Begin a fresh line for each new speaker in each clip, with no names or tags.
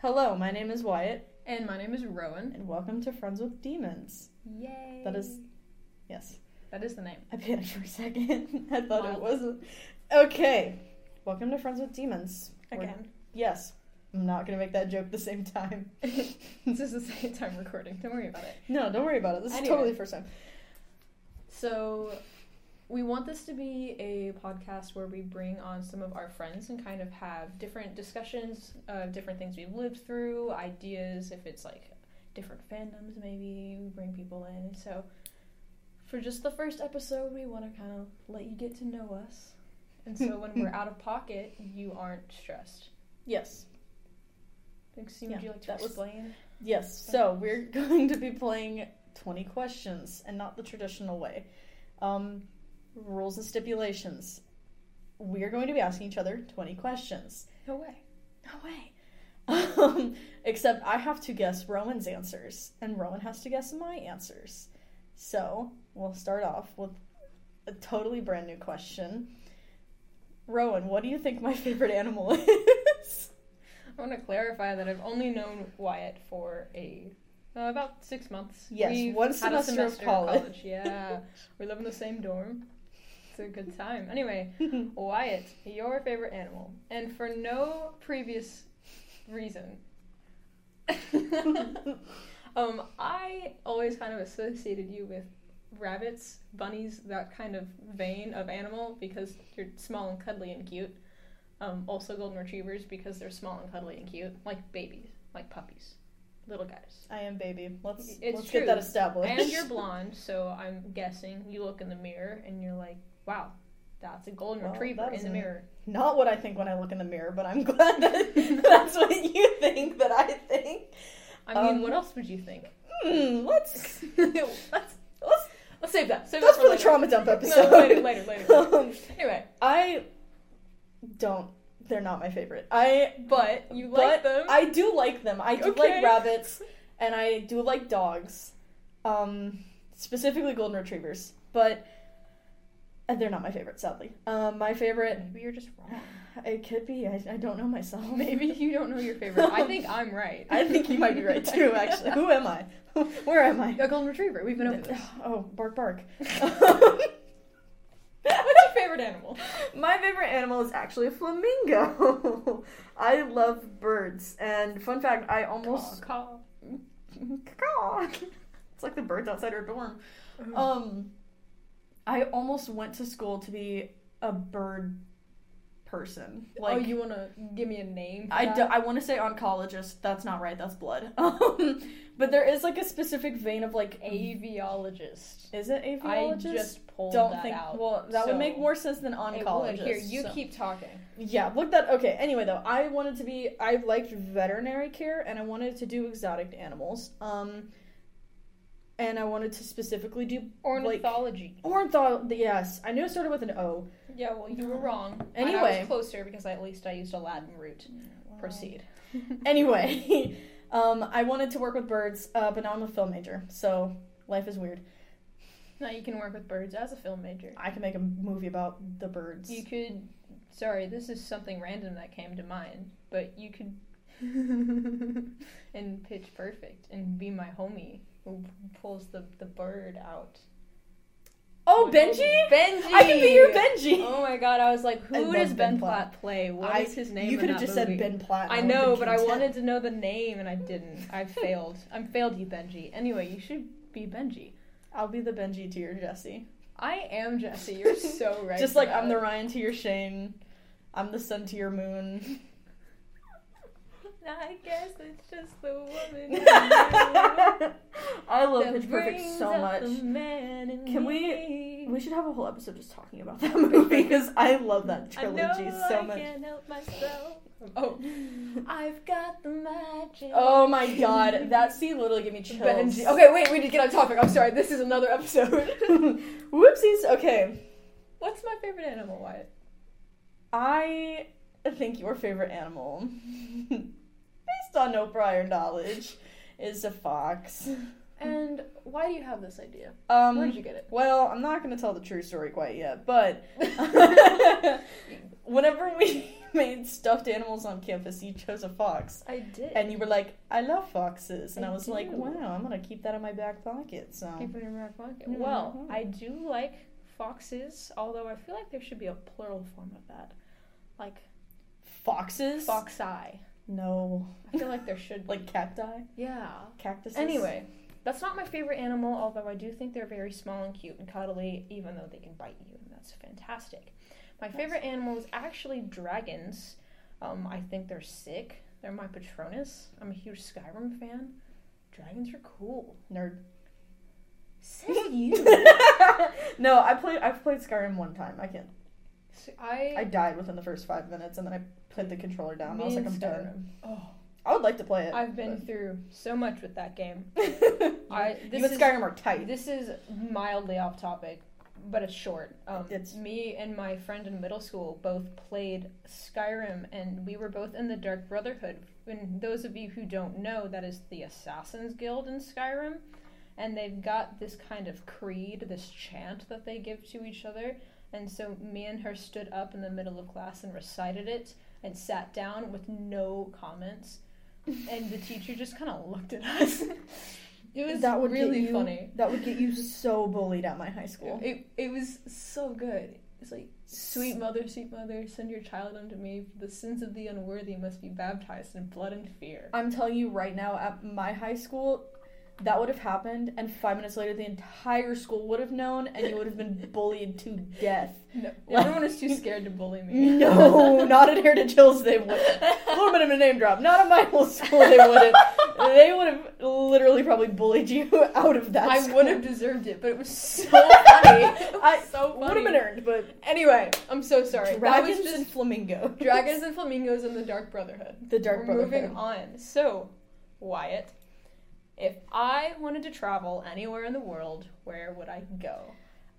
Hello, my name is Wyatt,
And my name is Rowan.
and welcome to Friends with Demons.
Yay.
That is- Yes,
That is the name.
I panicked for a second. I thought it
Wow.
wasn't. Okay, welcome to Friends with Demons. We're-
Again.
Yes, I'm not gonna make that joke the same time.
this is the second time recording. Don't worry about it.
No, don't worry about it. This is
Anyway.
totally the first time.
So we want this to be a podcast where we bring on some of our friends and kind of have different discussions of different things we've lived through, ideas, if it's like different fandoms maybe, we bring people in. And so for just the first episode, we want to kind of let you get to know us. And so when we're out of pocket, you aren't stressed.
Yes,
Maxine,
Yeah,
would you like to
that was-
explain?
yes. So we're going to be playing 20 questions, and not the traditional way. Um, rules and stipulations. We are going to be asking each other 20 questions.
No way.
No way. Um, except I have to guess Rowan's answers, and Rowan has to guess my answers. So we'll start off with a totally brand new question. Rowan, what do you think my favorite animal is?
I want to clarify that I've only known Wyatt for a uh, about six months.
Yes, one semester of
of
college.
Yeah, we live in the same dorm. It's a good time. Anyway, Wyatt, your favorite animal, and for no previous reason. um, I always kind of associated you with rabbits, bunnies, that kind of vein of animal because you're small and cuddly and cute. Um, also golden retrievers because they're small and cuddly and cute, like babies, like puppies, little guys.
I am baby. Let's
It's
let's
true.
get that established.
And you're blonde, so I'm guessing you look in the mirror and you're like, "Wow, that's a golden
Well,
retriever
that
in the
isn't-
mirror."
Not what I think when I look in the mirror, but I'm glad that that's what you think that I think.
I mean,
Um,
what else would you think?
Hmm, let's
let's,
let's
let's save that. Save
that's
that
for the
later.
trauma dump episode.
No, later, later, later. later.
Um,
anyway,
I don't. They're not my favorite. I
but you
But
like them.
I do like them. I do
Okay.
like rabbits, and I do like dogs, um, specifically golden retrievers. But and they're not my favorite, sadly. Um, my favorite,
Maybe you're just wrong.
it could be. I, I don't know myself.
Maybe you don't know your favorite. I think I'm right.
I think you might be right too. Actually, who am I? Where am I?
A golden retriever. We've been over this.
Oh, bark, bark. Um,
What's your favorite animal?
My favorite animal is actually a flamingo. I love birds, and fun fact, I almost
Caw,
Caw. it's like the birds outside our dorm.
caw.
Um, I almost went to school to be a bird person. Like,
oh, you want to give me a name? For
I,
that?
d- I want to say oncologist. That's not right. That's blood. Um, but there is like a specific vein of like a.
aviologist.
Is it
Mm. I
aviologist?
just pulled
don't
that
think.
out.
Well, that would
so-
make more sense than
It would.
oncologist.
Here, you
so-
keep talking.
Yeah, look that. Okay, anyway, though, I wanted to be. I liked veterinary care and I wanted to do exotic animals. Um, and I wanted to specifically do
Ornithology.
ornithol. Yes, I knew it started with an O.
yeah, well, you were wrong. And I
Anyway.
was closer because I, at least I used a Latin root. Proceed.
Anyway, um, I wanted to work with birds, uh, but now I'm a film major, so life is weird.
Now you can work with birds as a film major.
I can make a movie about the birds.
You could. Sorry, this is something random that came to mind, but you could. in Pitch Perfect and be my homie who pulls the, the bird out.
oh,
My
Benji!
homie. Benji!
I can be your Benji.
Oh my god, I was like,
I
who
love
does Ben
Ben Platt.
Platt play? What is
I-
his name?
you
in
could have
that
just
movie?
said Ben Platt. Oh, and
I
would've
know,
been
but I
content.
wanted to know the name and I didn't. I failed. I failed you, Benji. Anyway, you should be Benji.
I'll be the Benji to your Jesse.
I am Jesse. You're so right.
Just like I'm the
Brad.
Ryan to your Shane, I'm the sun to your moon.
I guess it's just the woman. in you
I love
that
Pitch Perfect
brings
so
out
much.
the man in
Can we-
me.
We should have a whole episode just talking about that movie because I love that
I
trilogy
know
so
I
much.
can't help myself. Oh, I've got the magic.
Oh my god, that scene literally gave me chills.
Benji. Okay, wait, we need to get on topic. I'm sorry. This is another episode.
Whoopsies. Okay,
What's my favorite animal, Wyatt?
I think your favorite animal, based on no prior knowledge, is a fox.
And why do you have this idea?
Um,
Where did you get it?
Well, I'm not going to tell the true story quite yet, but whenever we made stuffed animals on campus, you chose a fox.
I did.
And you were like, I love foxes. And I,
I
was like,
do.
wow, I'm going to keep that in my back pocket. So,
Keep it in your back pocket.
Yeah,
Well,
mhm.
I do like foxes, although I feel like there should be a plural form of that. Like
foxes?
foxi. I
No.
feel like there should be.
Like cacti?
yeah.
Cactuses?
Anyway, that's not my favorite animal, although I do think they're very small and cute and cuddly, even though they can bite you, and that's fantastic. My
Nice.
favorite animal is actually dragons. Um, I think they're sick. They're my Patronus. I'm a huge Skyrim fan. Dragons are cool.
Nerd.
Says you.
No, I played, I've played Skyrim one time. I can't.
I,
I died within the first five minutes and then I put the controller down. I was like,
mean
I'm done.
Skyrim. Oh,
I would like to play it.
I've been through so much with that game.
but-
I this
you and
is
Skyrim are tight.
this is mildly off topic, but it's short. Um,
It's-
me and my friend in middle school both played Skyrim, and we were both in the Dark Brotherhood. And those of you who don't know, that is the Assassins Guild in Skyrim, and they've got this kind of creed, this chant that they give to each other. And so me and her stood up in the middle of class and recited it, and sat down with no comments. And the teacher just kind of looked at us. it was
That would get
really
you-
funny.
That would get you so bullied at my high school.
It it was so good. It's like, sweet mother, sweet mother, send your child unto me. For the sins of the unworthy must be baptized in blood and fear.
I'm telling you right now, at my high school, that would have happened, and five minutes later, the entire school would have known, and you would have been bullied to death.
No, everyone was too scared to bully me.
No, not at Heritage Hills, they would. A little bit of a name drop. Not at my whole school, they wouldn't. They would have literally probably bullied you out of that.
I
school.
would have deserved it, but it was so funny. It was
I
so
would have been earned, but
Anyway, I'm so sorry.
dragons
that was
and
just
flamingo.
dragons and flamingos and the Dark Brotherhood.
The Dark
We're
Brotherhood.
moving on. So, Wyatt, if I wanted to travel anywhere in the world, where would I go?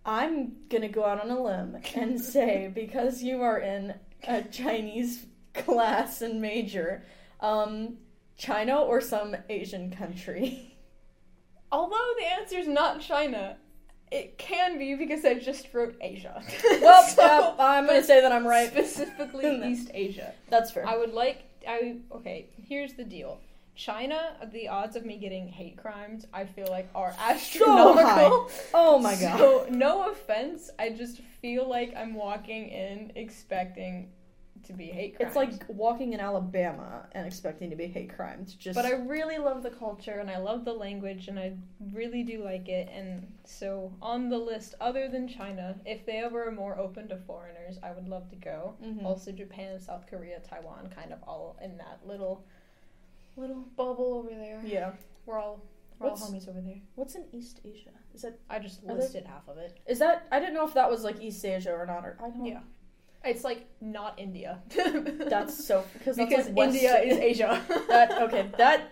I'm gonna go out on a limb and say because you are in a Chinese class and major, um, China or some Asian country.
Although the answer is not China, it can be because I just wrote Asia.
Well,
So,
yep, I'm gonna say that I'm right.
Specifically
No.
East Asia.
That's fair.
I would like I okay, here's the deal. China, the odds of me getting hate crimes, I feel like are astronomical.
oh my god.
So no offense, I just feel like I'm walking in expecting to be hate crimes.
it's like walking in Alabama and expecting to be hate crimes. Just
But I really love the culture and I love the language and I really do like it. And so, on the list, other than China, if they ever are more open to foreigners, I would love to go.
Mhm.
Also, Japan, South Korea, Taiwan, kind of all in that little little bubble over there.
yeah.
We're all we're all
What's-
homies over there.
What's in East Asia? Is that
I just
Are there-
listed half of it.
is that? I didn't know if that was like East Asia or not. Or I don't.
Yeah. It's like not India.
That's so because that's
because
like West-
India is Asia.
That okay. That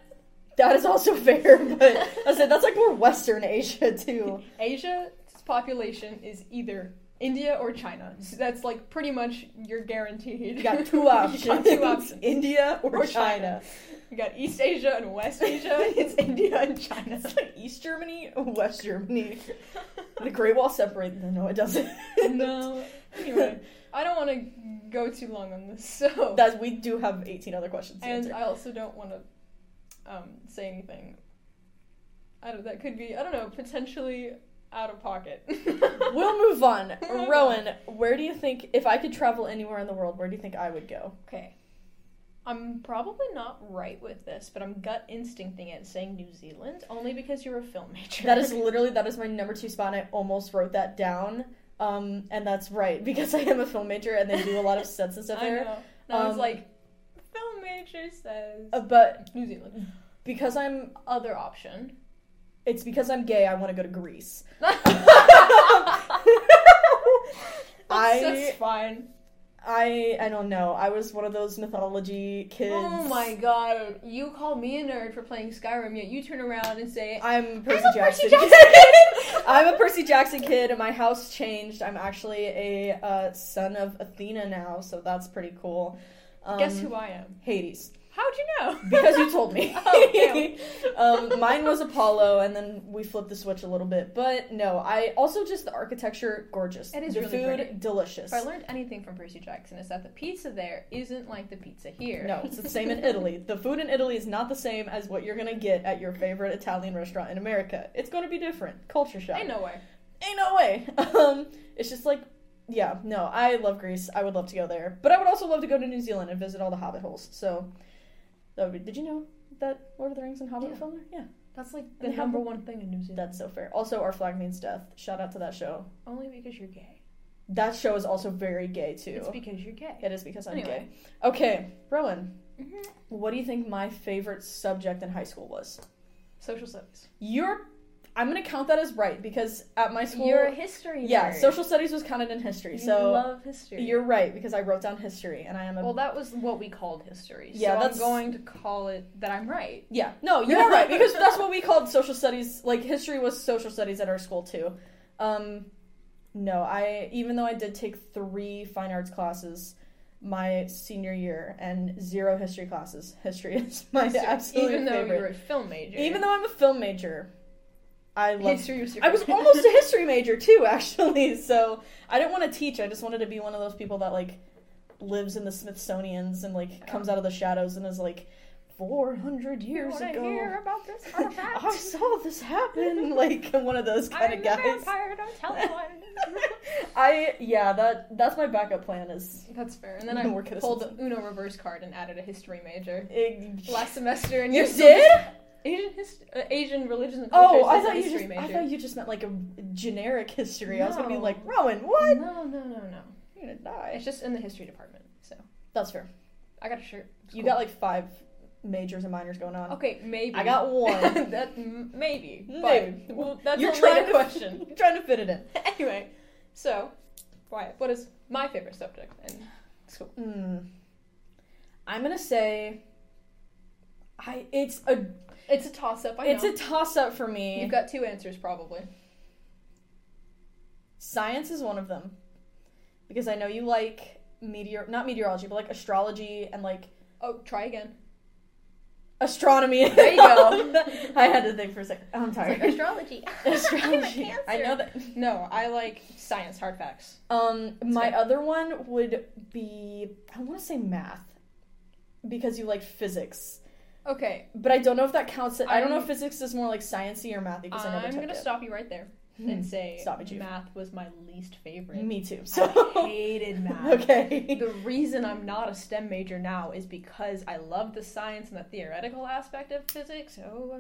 that is also fair, but I said that's like more Western Asia too.
Asia's population is either India or China. So that's like pretty much you're guaranteed.
You got two
You
options:
got two options.
India or,
Or
China.
China. You got East Asia and West Asia. it's India and China.
It's like East Germany, West Germany. The Great Wall separates them. No, it doesn't.
no. Anyway, I don't want to go too long on this. So
That we do have eighteen other questions to
and
answer.
I also don't want to um, say anything. I don't. That could be. I don't know. Potentially out of pocket.
We'll move on.
We'll move
Rowan, where do you think if I could travel anywhere in the world, where do you think I would go?
Okay. I'm probably not right with this, but I'm gut instincting it saying New Zealand only because you're a filmmaker.
That is literally that is my number two spot. and I almost wrote that down. Um, and that's right because I am a film major and they do a lot of sets and stuff
I
there.
know. And I was
Um,
like, filmmaker says
Uh, but
New Zealand.
because I'm
Other option.
it's because I'm gay, I want to go to Greece.
That's,
I-
that's fine.
I I don't know. I was one of those mythology kids.
Oh my god! You call me a nerd for playing Skyrim, yet you turn around and say,
I'm Percy
I'm a
Jackson.
Percy Jackson.
I'm a Percy Jackson kid, and my house changed. I'm actually a uh, son of Athena now, so that's pretty cool. Um,
Guess who I am?
Hades.
How'd you know?
Because you told me.
Oh, damn.
um, mine was Apollo, and then we flipped the switch a little bit. But no, I also just the architecture gorgeous.
It is
the
really
food
pretty.
delicious.
If I learned anything from Percy Jackson, it's that the pizza there isn't like the pizza here.
No, it's the same in Italy. The food in Italy is not the same as what you're gonna get at your favorite Italian restaurant in America. It's gonna be different. Culture shock.
Ain't no way.
Ain't no way. Um, it's just like, yeah, no. I love Greece. I would love to go there, but I would also love to go to New Zealand and visit all the Hobbit holes. So, that would be, did you know that Lord of the Rings and Hobbit
Yeah.
film there? Yeah,
That's like
the number
one thing in New Zealand.
that's so fair. Also, Our Flag Means Death. Shout out to that show.
Only because you're gay.
That show is also very gay too.
It's because you're gay.
it is because I'm
Anyway.
gay. Okay, Rowan,
Mhm.
what do you think my favorite subject in high school was?
Social studies.
You're, I'm gonna count that as right because at my school,
You're a history.
yeah,
nerd.
social studies was counted in history.
You
so
love history.
You're right because I wrote down history and I am a
well, that was what we called history.
Yeah,
so
that's-
I'm going to call it that I'm right.
yeah. No, you are right because that's what we called social studies. Like history was social studies at our school too. Um, no, I even though I did take three fine arts classes my senior year and zero history classes, history is my
So
absolute
even though
favorite.
you were a film major.
even though I'm a film major, I love
history was your
I was
favorite.
almost a history major too, actually. So I didn't want to teach. I just wanted to be one of those people that like lives in the Smithsonian's and like comes out of the shadows and is like, four hundred
You
years
wanna
ago,
hear about this artifact?
I saw this happen. Like one of those kind
I'm
of
a
guys.
vampire. Don't tell anyone.
I yeah, that that's my backup plan. Is
That's fair. And then
No, we're
I
kidding.
pulled the Uno reverse card and added a history major
it,
last semester. And
eh, you
you're still
did?
Asian hist- uh, Asian religions and cultures.
Oh, I
as a
thought you
history
just I
major.
thought you just meant like a generic history. I was gonna be
No.
like Rowan, what?
No, no, no, no.
You're gonna die.
It's just in the history department. So
That's fair.
I got a shirt. It's
You
cool.
got like five majors and minors going on.
okay, maybe
I got one.
that m- maybe,
Maybe.
but well, that's
You're
a
trying
later
to-
question.
I'm trying to fit it in.
anyway, so Wyatt, what is my favorite subject in school?
Mm. I'm gonna say, I it's a
It's a toss up. I
it's
know.
a toss up for me.
You've got two answers probably.
Science is one of them, because I know you like meteor not meteorology but like astrology and like
Oh, try again.
astronomy.
There you go.
I had to think for a second. Oh, I'm
It's
tired.
like astrology.
astrology.
I'm a
I know
Cancer.
that.
No, I like science hard facts.
Um, my
good.
other one would be I want to say math, because you like physics.
Okay,
But I don't know if that counts. I don't know
I'm-
if physics is more like sciencey or mathy because I never
I'm
took
gonna
it.
stop you right there
Hmm.
and say
Stop it, you.
math was my least favorite.
Me too. So
I hated math.
okay.
The reason I'm not a STEM major now is because I love the science and the theoretical aspect of physics. Oh,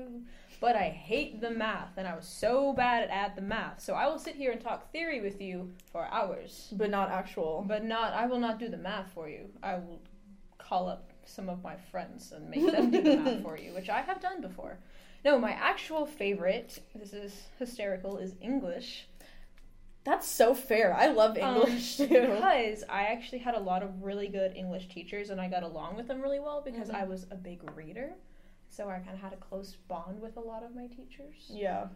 but I hate the math, and I was so bad at the math. So I will sit here and talk theory with you for hours,
But not actual.
but not. I will not do the math for you. I will call up some of my friends and make them do the math for you, which I have done before. No, my actual favorite. This is hysterical. Is English.
That's so fair. I love
Um,
English too.
because I actually had a lot of really good English teachers and I got along with them really well because
Mhm.
I was a big reader. So I kind of had a close bond with a lot of my teachers.
Yeah.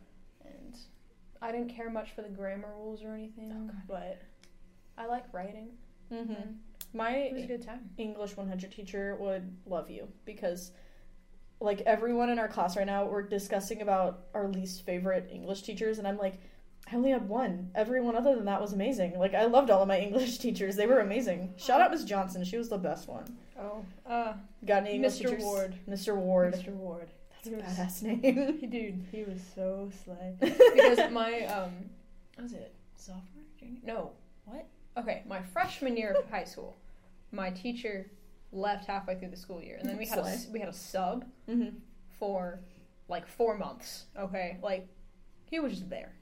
And I didn't care much for the grammar rules or anything, but I like writing.
hmm
And Mm-hmm. It was a
My
good time.
English 100 teacher would love you because, like, everyone in our class right now, we're discussing about our least favorite English teachers, and I'm like, I only had one. Everyone other than that was amazing. Like, I loved all of my English teachers. They were amazing. Shout out Miss Johnson. She was the best one.
Oh, uh,
Got any English
Mr.
teachers?
Ward.
Mr. Ward.
Mr. Ward.
That's a badass name.
Dude, he was so slay. because my um what was it sophomore junior no what okay my freshman year of high school my teacher left halfway through the school year and then we had a,
Slay.
we had a sub
hmm
for like four months okay like he was just there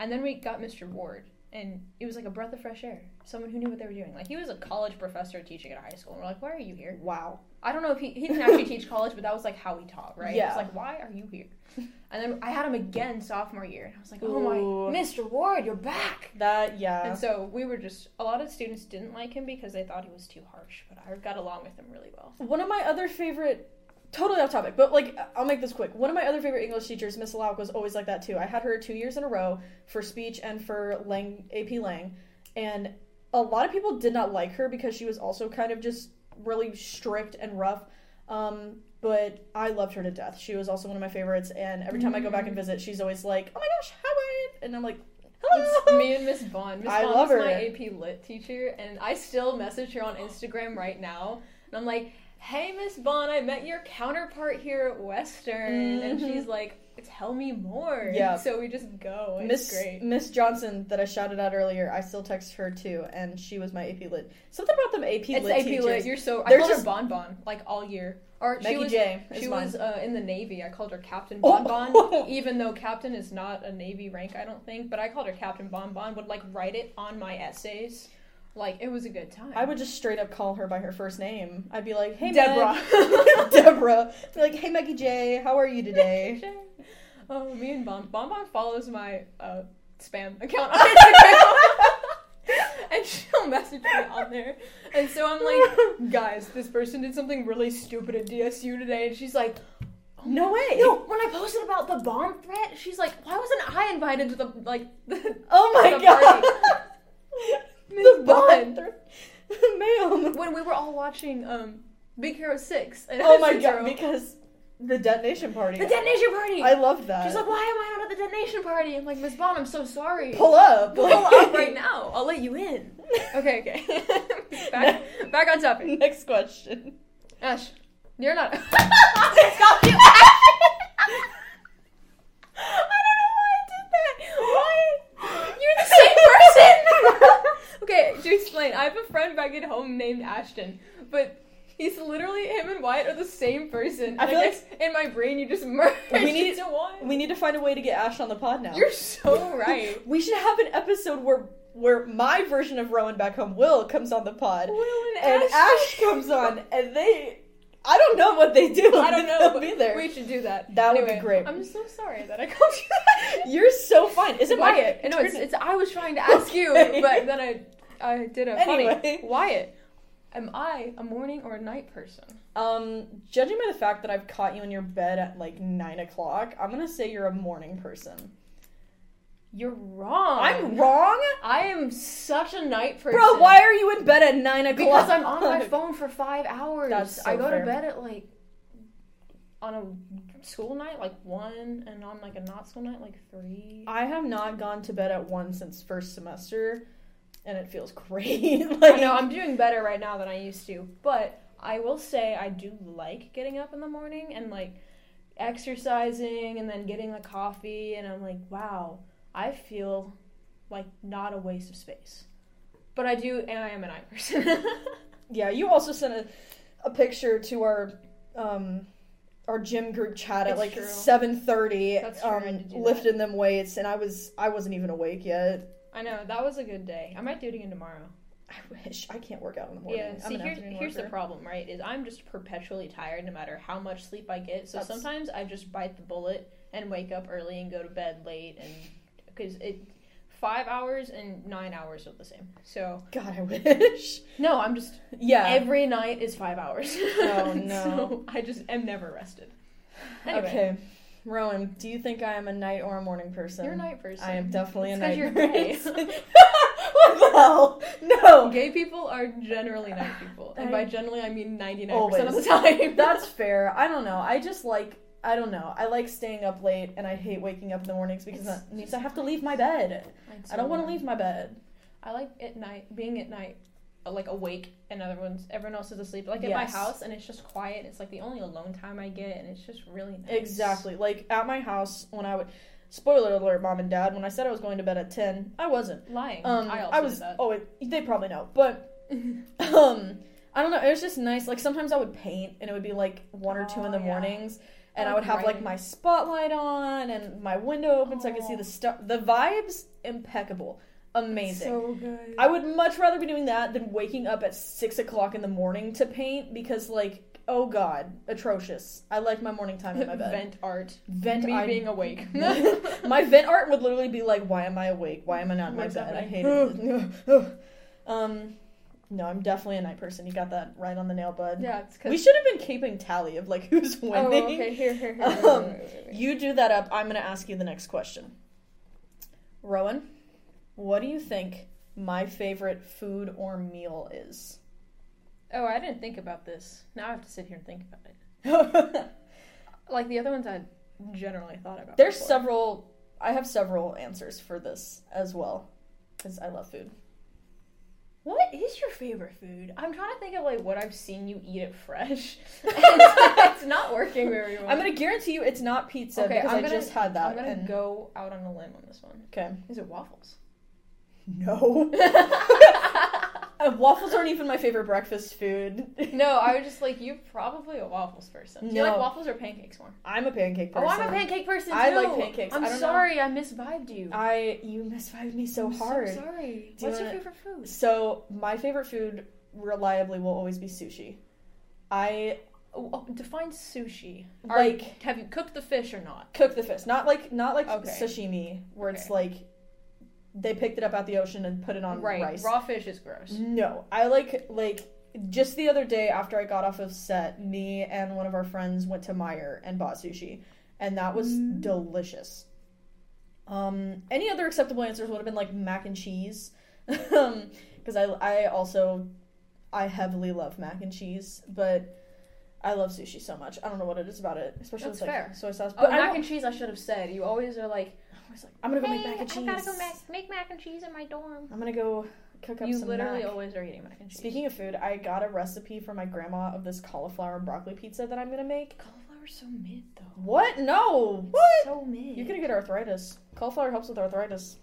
and then we got mr ward and it was like a breath of fresh air someone who knew what they were doing like he was a college professor teaching at a high school and we're like why are you here
Wow.
I don't know if he, he didn't actually teach college, but that was like how he taught, right?
Yeah.
It's like, why are you here? And then I had him again sophomore year, and I was like, oh
Ooh.
my, Mr. Ward, you're back.
That yeah.
And so we were just, a lot of students didn't like him because they thought he was too harsh, but I got along with him really well.
One of my other favorite, totally off topic, but like I'll make this quick. One of my other favorite English teachers, Miss Lauk, was always like that too. I had her two years in a row for speech and for Lang AP Lang, and a lot of people did not like her because she was also kind of just really strict and rough. Um, but I loved her to death. She was also one of my favorites, and every time I go back and visit, she's always like, "Oh my gosh, Howard!" And I'm like,
Mm. It's
"Hello."
me and Miss Bond. Miss
I
Bond
love
was
her.
my AP Lit teacher, and I still message her on Instagram right now. And I'm like, "Hey, Miss Bond, I met your counterpart here at Western," and
Mhm.
she's like, "Tell me more."
Yeah.
So we just go. It's
Miss
great.
Miss Johnson that I shouted out earlier, I still text her too, and she was my AP Lit. Something about them AP
It's
Lit
AP
teachers.
Lit. You're so. I
They're
called her
just-
Bon Bon like all year. Or she
Maggie
was.
J. is
She
mine.
was uh, in the Navy. I called her Captain
Oh.
Bon Bon, even though Captain is not a Navy rank, I don't think. But I called her Captain Bon Bon. Would like write it on my essays. Like it was a good time.
I would just straight up call her by her first name. I'd be like, "Hey,
Deborah.
Meg." Deborah. Be like, "Hey, Maggie J, how are you today?"
Oh, me and Bon Bon Bon follows my uh, spam account on Instagram. And she'll message me on there. And so I'm like, guys, this person did something really stupid at DSU today. And she's like,
no way.
Oh no, when I posted about the bomb threat, she's like, why wasn't I invited to the, like, the,
Oh my
the
god.
party?
Miss
Bond.
Ma'am.
When we were all watching um, Big Hero 6. And
Oh my
Sub-Zero.
god, because the detonation party.
The detonation party!
I love that.
She's like, why am I not at the detonation party? I'm like, Miss Bond, I'm so sorry.
pull up.
Pull up right now. I'll let you in. Okay, okay. back, back on topic.
Next question.
Ash, you're not.
Stop you,
okay, to explain, I have a friend back at home named Ashton, but he's literally him and Wyatt are the same person.
I
I,
feel like-
guess in my brain you just merged
We need-
into one.
We need to find a way to get Ash on the pod now.
You're so right.
We should have an episode where where my version of Rowan back home, Will, comes on the pod,
Will
and Ash comes on, and they, I don't know what they do.
I
but
don't know.
They'll
but
be there.
We should do that.
That would be great.
I'm so sorry that I called you that.
You're so fine. Is it my
Wyatt. No, it's, it's I was trying to ask you,
Okay.
but then I I did a
Anyway.
funny. Wyatt, am I a morning or a night person?
Um, judging by the fact that I've caught you in your bed at like nine o'clock, I'm gonna say you're a morning person.
You're wrong.
I'm wrong,
I am such a night Oh. person.
bro. Why are you in bed at nine o'clock?
Because I'm on my phone for five hours.
That's so
I go
fair.
to bed at like on a school night like one, and on like a not school night like three.
I have not gone to bed at one since first semester, and it feels great. like,
I know I'm doing better right now than I used to, but I will say I do like getting up in the morning and like exercising and then getting the coffee and I'm like, wow, I feel like not a waste of space. But I do, and I am a night person.
yeah. You also sent a, a picture to our um our gym group chat at
It's
like
true.
seven thirty.
That's true, I
Um,
did do that.
lifting them weights, and I was I wasn't even awake yet.
I know that was a good day. I might do it again tomorrow.
I wish I can't work out in the morning.
Yeah. See,
I'm an
here's
afternoon
here's the
worker.
problem, right? Is I'm just perpetually tired no matter how much sleep I get. So
That's-
sometimes I just bite the bullet and wake up early and go to bed late, and because it five hours and nine hours are the same. So
God, I wish.
no, I'm just
Yeah.
every night is five hours.
Oh, no.
so I just am never rested. Anyway,
Okay. Rowan, do you think I am a night or a morning person?
you're a night person.
I am definitely a
It's 'cause
night
you're gay.
person. what the hell? No.
Gay people are generally night people, and by generally I mean ninety nine percent of the
Always.
time.
That's fair. I don't know. I just like I don't know. I like staying up late and I hate waking up in the mornings because
It's-
that means I have to leave my bed. I don't want to leave my bed.
I like at night being at night, uh, like awake, and everyone's everyone else is asleep. Like at my
Yes.
house, and it's just quiet. It's like the only alone time I get, and it's just really nice.
Exactly. Like at my house when I would spoiler alert mom and dad, when I said I was going to bed at 10, I wasn't.
Lying.
Um,
I
I,
also
was.
did that.
Oh, it, they probably know, but um, I don't know. It was just nice. Like sometimes I would paint, and it would be like one or two in
Oh,
the
yeah.
mornings, and
I
I
like
would have like
writing.
my spotlight on and my window open, so I could see
Oh.
the stuff. The vibes impeccable, amazing.
So good.
I would much rather be doing that than waking up at six o'clock in the morning to paint because like. Oh God, atrocious! I like my morning time in my bed.
vent art.
Vent,
Me
I-
being awake.
my vent art would literally be like, "Why am I awake? Why am I not in my
What's
bed? I hate
happening?"
it." um, no, I'm definitely a night person. You got that right on the nail, bud.
yeah, it's because
we should have been keeping tally of like who's
Oh,
winning.
okay. Here, here, here.
Um,
wait, wait, wait, wait.
You do that up. I'm gonna ask you the next question. Rowan, what do you think my favorite food or meal is?
Oh, I didn't think about this. Now I have to sit here and think about it.
There's
Like the other ones, I generally thought about. before.
several. I have several answers for this as well, because I love food.
What is your favorite food? I'm trying to think of like what I've seen you eat it fresh. it's not working very well.
I'm gonna guarantee you it's not pizza
Okay,
because
I'm
i
gonna-
just had that.
I'm gonna
and-
go out on a limb on this one.
Okay.
Is it waffles?
No. Uh, waffles aren't even my favorite breakfast food.
No, I was just like you're probably a waffles person. Do you like
No.
waffles or pancakes more?
I'm a pancake person.
Oh, I'm a pancake person too.
I like pancakes.
I'm
I don't know.
sorry, I misvibed you.
I you misvibed me so
I'm
hard.
So sorry.
Do you
What's your
wanna-
favorite food?
So my favorite food reliably will always be sushi. I
Oh, oh, define sushi.
Like-
Like, have you cooked the fish or not?
cook the fish, not like not like
Okay.
sashimi where it's
Okay.
like they picked it up out the ocean and put it on
right,
rice.
raw fish is gross.
No, I like like just the other day after I got off of set, me and one of our friends went to Meyer and bought sushi, and that was
Mm.
delicious. Um, any other acceptable answers would have been like mac and cheese, because I I also I heavily love mac and cheese, but I love sushi so much. I don't know what it is about it, especially
That's
with like
fair.
soy sauce.
Oh,
But I
mac
don't-
and cheese. I should have said. You always are like,
I'm always like, I'm gonna go make mac and cheese.
I gotta go mac- make mac and cheese in my dorm.
I'm gonna go cook up
You
some
literally
mac.
always are eating mac and cheese.
Speaking of food, I got a recipe from my grandma of this cauliflower and broccoli pizza that I'm gonna make.
cauliflower's so mid though.
What? No! What?
So mid.
You're gonna get arthritis. Cauliflower helps with arthritis.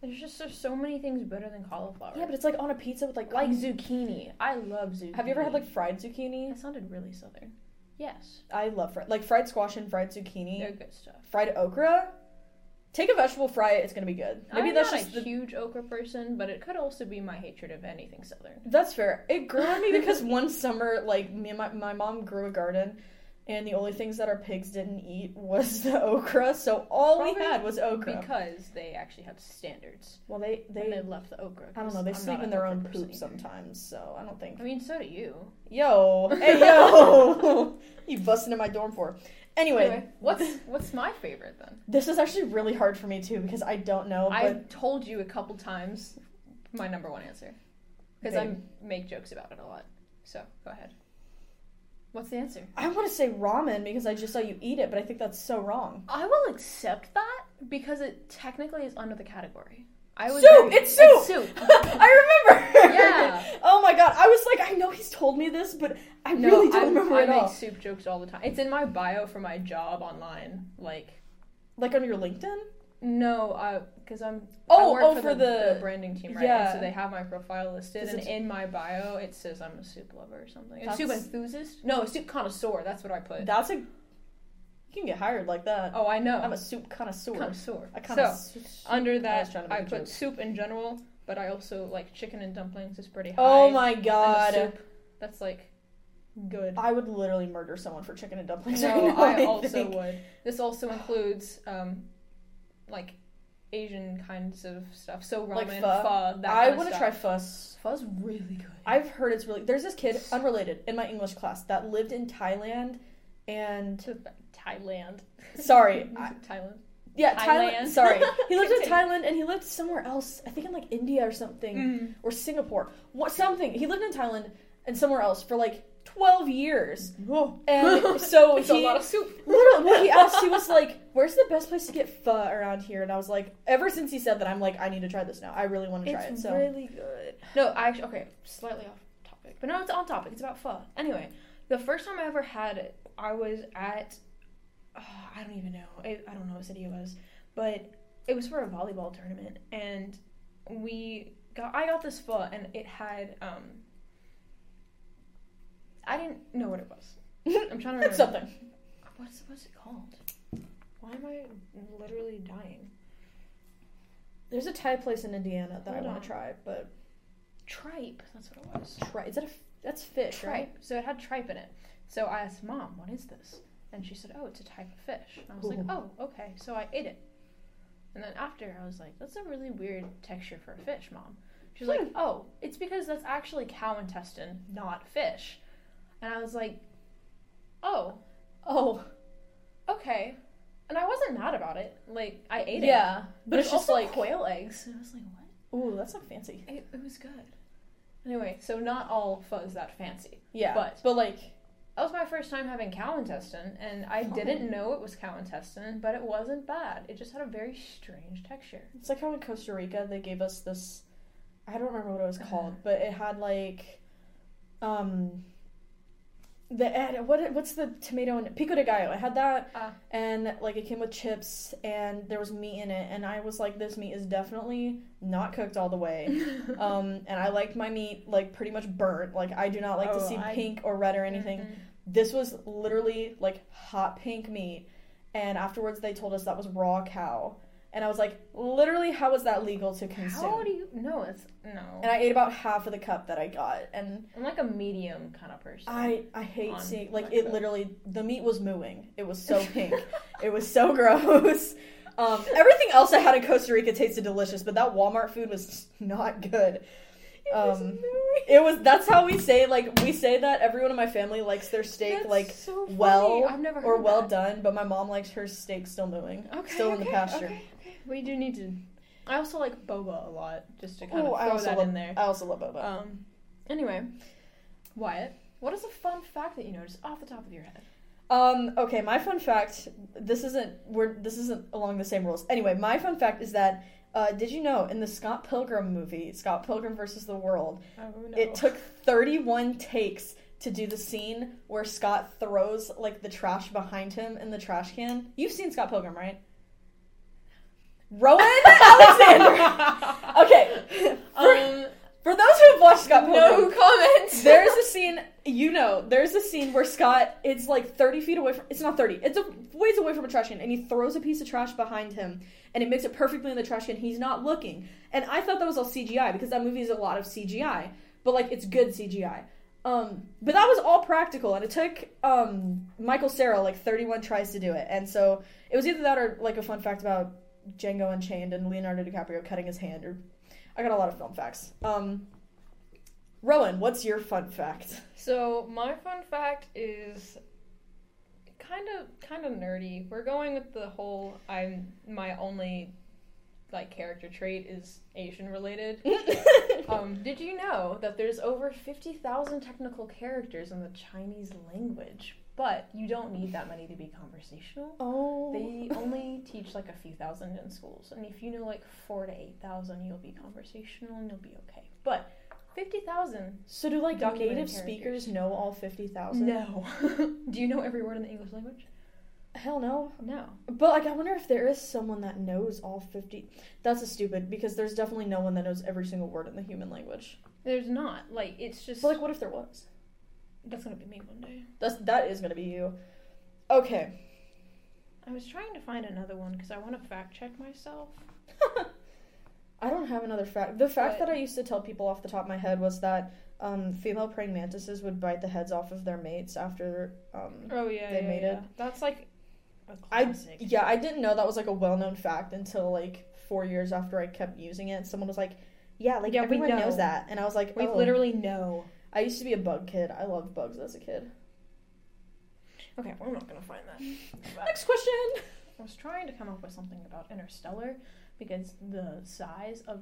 There's just there's so many things better than cauliflower.
Yeah, but it's like on a pizza with like
like
like.
zucchini. I love zucchini.
Have you ever had like fried zucchini?
That sounded really southern. Yes,
I love fried like fried squash and fried zucchini.
they're good stuff.
Fried okra. Take a vegetable, fry it. It's gonna be good. Maybe
I'm
that's
not
just
a
the.
huge okra person, but it could also be my hatred of anything southern.
That's fair. It grew on me because one summer, like me and my, my mom grew a garden, and the only things that our pigs didn't eat was the okra. So all we
Probably
had was okra.
Because they actually have standards.
Well, they
They,
they,
they left the okra.
I don't
'cause
know. They
I'm
sleep in
not an
their
okra
own
person
poop
either.
sometimes, so I don't think.
I mean, so do you.
Yo, hey yo, you bust into my dorm for? Anyway,
Anyway, what's what's my favorite then?
this is actually really hard for me too because I don't know.
I
But
told you a couple times my number one answer because I
Babe.
make jokes about it a lot. So go ahead. What's the answer?
I, want to say ramen because I just saw you eat it, but I think that's so wrong.
I will accept that because it technically is under the category. I was
Soup!
very-
It's soup!
soup.
I remember.
Yeah.
oh my god, I was like, I know he's told me this, but I
No,
really don't
I,
remember
I
it
make
all.
soup jokes all the time. It's in my bio for my job online. Like,
Like on your LinkedIn.
no, because I'm.
Oh,
I work
oh,
for,
for
the,
the-
branding team, right?
yeah.
And so they have my profile listed,
Does
and
it-
in my bio it says I'm a soup lover or something. A soup
That's-
enthusiast? No, a soup connoisseur. That's what I put.
That's a. You can get hired like that.
oh, I know.
I'm a soup connoisseur.
connoisseur.
I
so
connoisseur.
under
I was
that,
trying to
I,
make a
put
joke.
soup in general, but I also like chicken and dumplings is pretty high.
Oh
And
my
the
god. Oh,
soup, that's like good.
I would literally murder someone for chicken and dumplings. right
No,
now,
I also
think.
would. This also includes um, like Asian kinds of stuff. So ramen,
Like
pho.
pho.
that
I
want to
try fuss.
Pho's really good.
I've heard it's really. There's this kid, unrelated, in my English class that lived in Thailand, and
to Thailand.
sorry, I-
Thailand.
yeah, Thailand.
Thailand.
Sorry, he lived in
Continue.
Thailand, and he lived somewhere else. I think in like India or something,
Mm. Mm-hmm.
or Singapore, what something. He lived in Thailand and somewhere else for like twelve years, and so
It's
he
a lot of soup.
Literally, when he asked, he was like, "Where's the best place to get pho around here?" And I was like, "Ever since he said that, I'm like, I need to try this now. I really want to try it." So
really good. No, I actually okay, slightly off topic, but no, it's on topic. It's about pho. Anyway, the first time I ever had it, I was at oh, I don't even know. I, I don't know what city it was, but it was for a volleyball tournament, and we got I got this pho, and it had um. I didn't know what it was. I'm trying to remember.
it's something.
What's what's it called? Why am I literally dying?
There's a Thai place in Indiana that
Hold
I want
on.
to try, but
Tripe. That's what it was.
try is that a f- that's fish,
tripe.
right?
So it had tripe in it. So I asked mom, "What is this?" And she said, "Oh, it's a type of fish." And I was like,
Ooh.
"Oh, okay." So I ate it. And then after, I was like, "That's a really weird texture for a fish, mom." She's like,
Hmm.
"Oh, it's because that's actually cow intestine, not fish." And I was like, "Oh,
Oh,
okay." And I wasn't mad about it. Like I ate it.
yeah, but,
But
it's just like,
quail eggs. And I was like, "What?"
ooh, that sounds fancy.
It, it was good. Anyway, so not all pho is that fancy.
Yeah.
But-
but like
That was my first time having cow intestine, and I
Oh.
didn't know it was cow intestine, but it wasn't bad. It just had a very strange texture.
It's like how in Costa Rica they gave us this I don't remember what it was
Uh-huh.
called, but it had like um the and what what's the tomato and pico de gallo. It had that
Ah.
and like it came with chips and there was meat in it and I was like this meat is definitely not cooked all the way. um and I liked my meat like pretty much burnt. Like I do not like to
Oh,
see
I-
pink or red or anything
Mhm.
this was literally like hot pink meat and afterwards they told us that was raw cow and i was like literally how is that legal to consume
How do you? No, it's no.
and i ate about half of the cup that i got and
I'm like a medium kind of person.
i i hate
On
seeing like
my
it
cup.
literally the meat was mooing it was so pink it was so gross um, everything else i had in costa rica tasted delicious but that walmart food was not good
It was
um,
very-
it was that's how we say like we say that everyone in my family likes their steak
That's
like
so funny.
well
I've never
or
heard
well
that.
done, but my mom likes her steak still mooing,
Okay,
still in the
okay,
pasture.
okay, okay. We do need to. I also like boba a lot, just to kind
Ooh,
of
I
throw
also
that
love-
in there.
I also love boba.
Um. Anyway, Wyatt, what is a fun fact that you noticed off the top of your head?
Um, okay, my fun fact. This isn't we're this isn't along the same rules. Anyway, my fun fact is that uh, did you know in the Scott Pilgrim movie, Scott Pilgrim versus the World,
Oh no!
it took 31 takes to do the scene where Scott throws like the trash behind him in the trash can. You've seen Scott Pilgrim, right? Rowan Alexander. okay,
um.
for those who have watched Scott Pilgrim,
No comments.
There's a scene, you know, there's a scene where Scott is like 30 feet away from, it's not 30, it's a ways away from a trash can, and he throws a piece of trash behind him, and it makes it perfectly in the trash can. He's not looking. And I thought that was all CGI because that movie is a lot of CGI, but like it's good CGI. Um, but that was all practical, and it took um, Michael Sarah like 31 tries to do it. And so it was either that or like a fun fact about Django Unchained and Leonardo DiCaprio cutting his hand. Or I got a lot of film facts. Um, Rowan, what's your fun fact?
So my fun fact is kind of kind of nerdy. We're going with the whole I'm my only like character trait is Asian related. um, did you know that there's over 50,000 technical characters in the Chinese language, but you don't need that many to be conversational.
Oh,
They only teach like a few thousand in schools, and if you know like 4 to 8,000, you'll be conversational and you'll be okay. But 50,000
so do like
documented
native
characters.
speakers know all fifty thousand?
no. Do you know every word in the English language?
hell no.
No.
But like, I wonder if there is someone that knows all fifty. That's a stupid because there's definitely no one that knows every single word in the human language.
There's not. Like, it's just.
But like, what if there was?
that's gonna be me one day.
That's that is gonna be you. Okay.
I was trying to find another one because I want to fact check myself.
I don't have another fact. The fact
But-
that I used to tell people off the top of my head was that um, female praying mantises would bite the heads off of their mates after. Um,
Oh, yeah.
They made it.
That's like a
I-
classic.
yeah, I didn't know that was like a well-known fact until like four years after I kept using it. Someone was like, "Yeah, like
Yeah, we
everyone
know.
knows that," and I was like,
We
oh.
literally know.
I used to be a bug kid. I loved bugs as a kid.
Okay, we're not gonna find that.
Next question.
I was trying to come up with something about Interstellar because the size of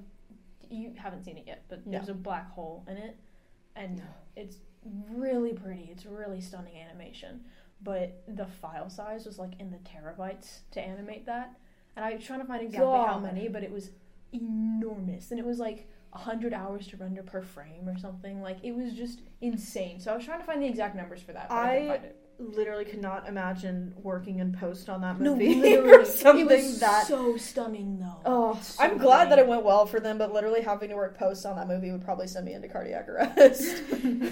you haven't seen it yet, but
No.
there's a black hole in it, and it's really pretty. It's really stunning animation, but the file size was like in the terabytes to animate that, and I was trying to find exactly how
God.
many, but it was enormous, and it was like. 100 hours to render per frame or something like it was just insane so i was trying to find the exact numbers for that but i,
I
didn't find it
Literally could not imagine working in post on that
no,
movie
literally.
or something
it was
that.
so stunning though.
Oh,
It's so
I'm glad that it
pretty.
went well for them, but literally having to work post on that movie would probably send me into cardiac arrest.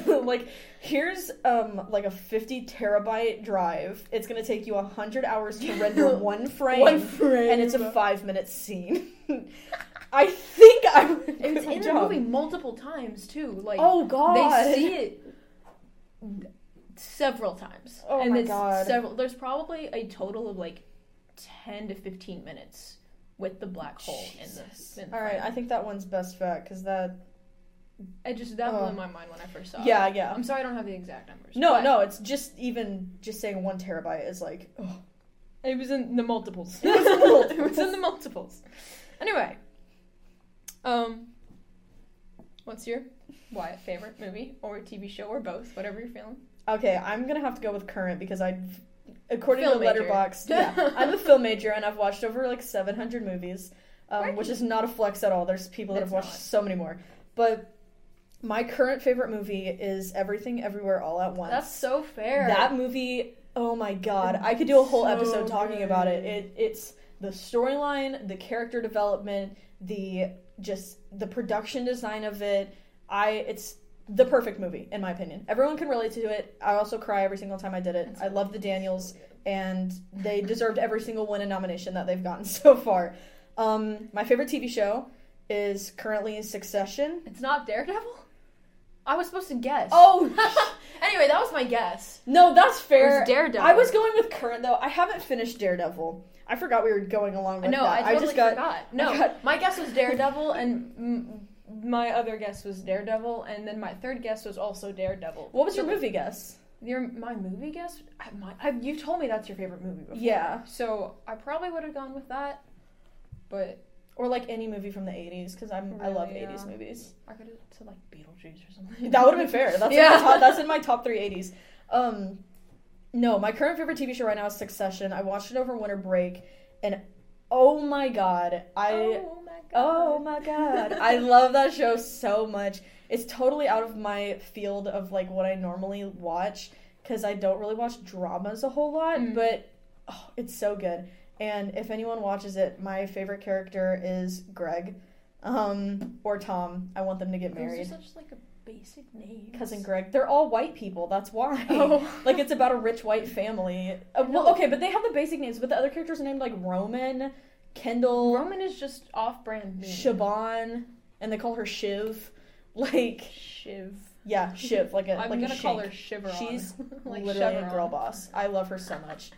like, here's um like a 50 terabyte drive. It's gonna take you 100 hours to render one frame.
One frame.
and it's a five minute scene. I think I would. quit
It's
my
in the
job.
movie multiple times too. Like
Oh God!
they see it several times.
Oh,
and
my
it's
God.
Several. There's probably a total of like ten to fifteen minutes with the black hole
Jesus.
in the. In the
All right, I
frame.
think that one's best fact because that.
I, just that
Oh.
blew my mind when I first saw it.
Yeah, yeah.
I'm sorry, I don't have the exact numbers.
No,
but
no, it's just even just saying one terabyte is like. ugh.
It was in the multiples.
It was in the multiples.
It was in the multiples. Anyway, um, what's your What favorite movie or TV show or both, whatever you're feeling.
Okay, I'm gonna have to go with current because I, according
Film
to
major.
Letterboxd, yeah, I'm a film major and I've watched over like 700 movies, um,
Right.
which is not a flex at all. There's people that
It's
have watched
not.
so many more, but my current favorite movie is Everything Everywhere All at Once.
That's so fair.
That movie, oh my god, I could do a whole
So
episode talking
good.
about it. It it's the storyline, the character development, the just the production design of it. I it's the perfect movie in my opinion. Everyone can relate to it. I also cry every single time I did it. I love the Daniels and they deserved every single win and nomination that they've gotten so far. Um, my favorite TV show is currently Succession.
It's not Daredevil. I was supposed to guess.
Oh
anyway, that was my guess.
No, that's fair.
It was Daredevil.
I was going with current though. I haven't finished Daredevil. I forgot we were going along with
no,
that.
I totally
just got
forgot. No,
got-
my guess was Daredevil, and m- my other guess was Daredevil, and then my third guess was also Daredevil.
What was your
So-
movie guess?
Your my movie guess? I, my, I, you told me that's your favorite movie. Before.
Yeah.
So I probably would have gone with that, but
Or like any movie from the 80s cuz I'm I love
Really,
80s
yeah.
movies.
I could have said like Beetlejuice or something.
That would have been fair. That's in
Yeah.
my top, that's in my top 3 80s. Um no, my current favorite TV show right now is Succession. I watched it over winter break and oh my god, I
oh my god.
Oh my god. I love that show so much. It's totally out of my field of like what I normally watch cuz I don't really watch dramas a whole lot,
Mm.
but oh, it's so good. And if anyone watches it, my favorite character is Greg um or Tom. I want them to get
Those are
married.
such like a basic name.
Cousin Greg. They're all white people. That's why.
Oh.
like it's about a rich white family. Uh, well,
know.
okay, but they have the basic names, but the other characters are named like Roman, Kendall,
Roman is just off-brand. name.
Shaban, and they call her Shiv. Like,
Shiv.
yeah, Shiv. Like a
I'm
like a
gonna call her
shank.
Shiveron.
She's
like
literally a
Chevron.
girl boss. I love her so much.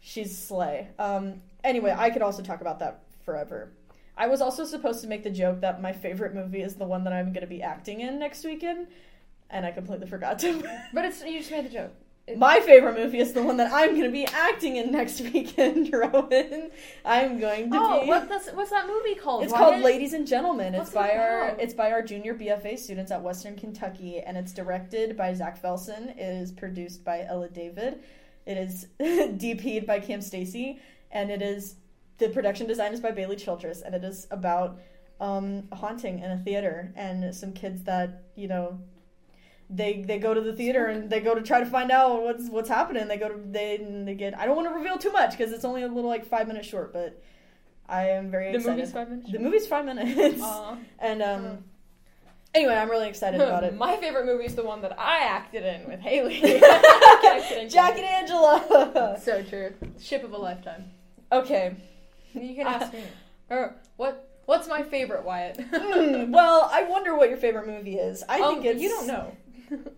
She's slay. Um. Anyway, I could also talk about that forever. I was also supposed to make the joke that my favorite movie is the one that I'm going to be acting in next weekend, and I completely forgot to.
But it's you just made the joke. It-
my favorite movie is the one that I'm going to be acting in next weekend, Rowan. I'm going to
oh,
be.
what's that, what's that movie called?
It's
Why
called
did-
Ladies and Gentlemen. It's
What's it
by our
about?
it's by our junior BFA students at Western Kentucky, and it's directed by Zach Felson. It is produced by Ella David. It is DP'd by Cam Stacy, and it is the production design is by Bailey Childress, and it is about um, a haunting in a theater and some kids that you know. They, they go to the theater and they go to try to find out what's what's happening. They go to they and they get I don't want to reveal too much because it's only a little like five minutes short, but I am very
The
excited.
movie's five minutes.
The movie's five minutes.
Uh,
and um
mm.
anyway, I'm really excited about it.
My favorite movie is the one that I acted in with Haley.
Jack and Angela.
So true. Ship of a lifetime.
okay.
You can ask me. Or what? What's my favorite, Wyatt?
Hmm, well, I wonder what your favorite movie is. I
Um,
think Oh, it's
you don't know.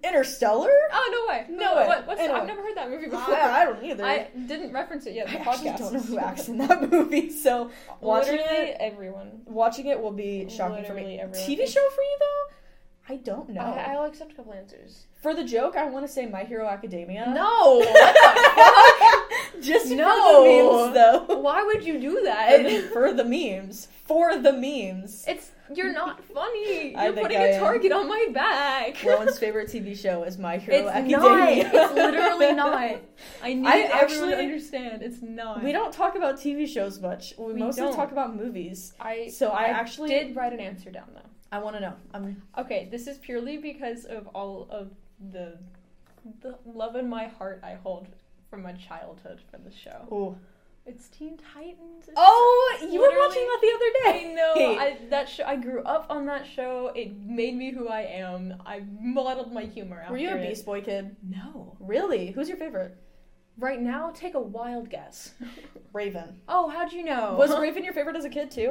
Interstellar.
Oh no way!
No way.
What, what's
Anyway. Ah,
I've never heard that movie before.
I, I don't either.
I didn't reference it yet.
I
in The
actually
podcast.
don't know who acts in that movie, so watching
Literally
it
everyone.
watching it will be shocking for me.
Literally everyone.
TV show for you though? I don't know.
I, I'll accept a couple answers.
for the joke, I want to say My Hero Academia.
No. What
just
No.
for the memes though.
the- Why would you do that?
And for the memes. For the memes.
It's you're not funny.
I
You're
think
putting
I
a
am.
target on my back.
Rowan's favorite TV show is My Hero
it's
Academia.
not. It's literally not. I need
I
everyone
actually-
to understand. It's not.
We don't talk about TV shows much. We,
We
mostly
don't.
talk about movies.
I
So I, actually
did write an answer down though.
I want to know. I'm
Okay, this is purely because of all of the the love in my heart I hold from my childhood for the show.
oh.
It's Teen Titans. It's
Oh, you were
Literally.
watching that the other
I
day.
know. I, that show. I grew up on that show. It made me who I am. I modeled my humor after
were you a
it.
Beast Boy kid?
No.
Really? Who's your favorite?
Right now, take a wild guess.
Raven.
oh, how'd you know?
Was Raven your favorite as a kid too?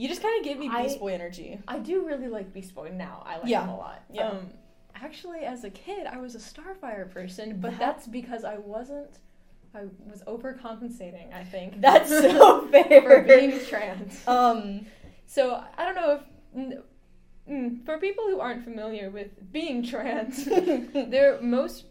You just kind of gave me
I-
Beast Boy energy.
I do really like Beast Boy now. I like
Yeah.
him a lot.
Yeah.
Um, actually, as a kid, I was a Starfire person, but
That-
that's because I wasn't. I was overcompensating. I think
That's so fair.
for being trans.
um,
So I don't know if n- mm, for people who aren't familiar with being trans, there most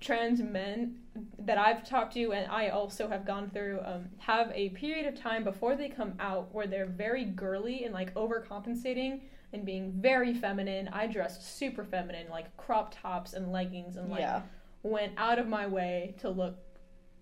trans men that I've talked to and I also have gone through um, have a period of time before they come out where they're very girly and like overcompensating and being very feminine. I dressed super feminine, like crop tops and leggings, and like
yeah.
went out of my way to look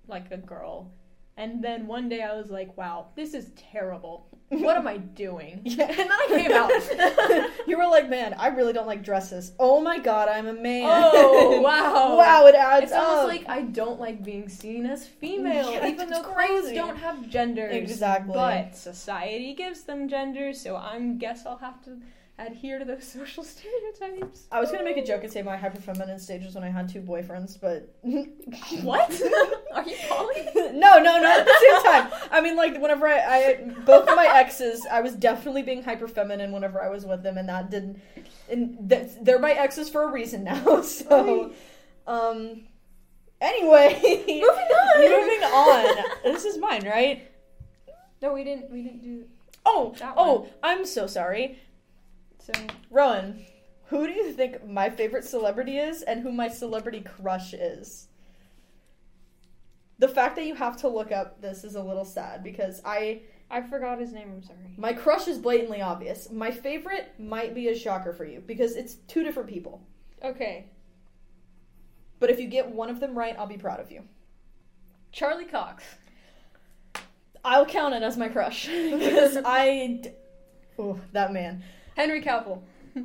like a girl. And then one day I was like, wow, this is terrible. What am I doing?
Yeah.
And then I came out.
you were like, man, I really don't like dresses. Oh my god, I'm a man.
oh, wow.
wow, it adds
It's
up.
almost like I don't like being seen as female,
Yeah,
even
it's
though clothes
crazy.
don't have genders.
Exactly.
But society gives them genders, so I guess I'll have to adhere to those social stereotypes.
I was gonna make a joke and say my hyperfeminine stage was when I had two boyfriends, but
What? Are you calling?
no, no, no. At the same time, I mean, like whenever I, I both of my exes, I was definitely being hyperfeminine whenever I was with them, and that didn't. And that's, they're my exes for a reason now. So, um, anyway, moving
on.
moving on. This is mine, right?
No, we didn't. We didn't do
Oh,
That
oh, I'm so sorry,
so.
Rowan. Who do you think my favorite celebrity is, and who my celebrity crush is? The fact that you have to look up this is a little sad because I.
I forgot his name. I'm sorry.
My crush is blatantly obvious. My favorite might be a shocker for you because it's two different people.
Okay,
But if you get one of them right, I'll be proud of you.
Charlie Cox.
I'll count it as my crush because I. D- oh, that man.
Henry Cavill.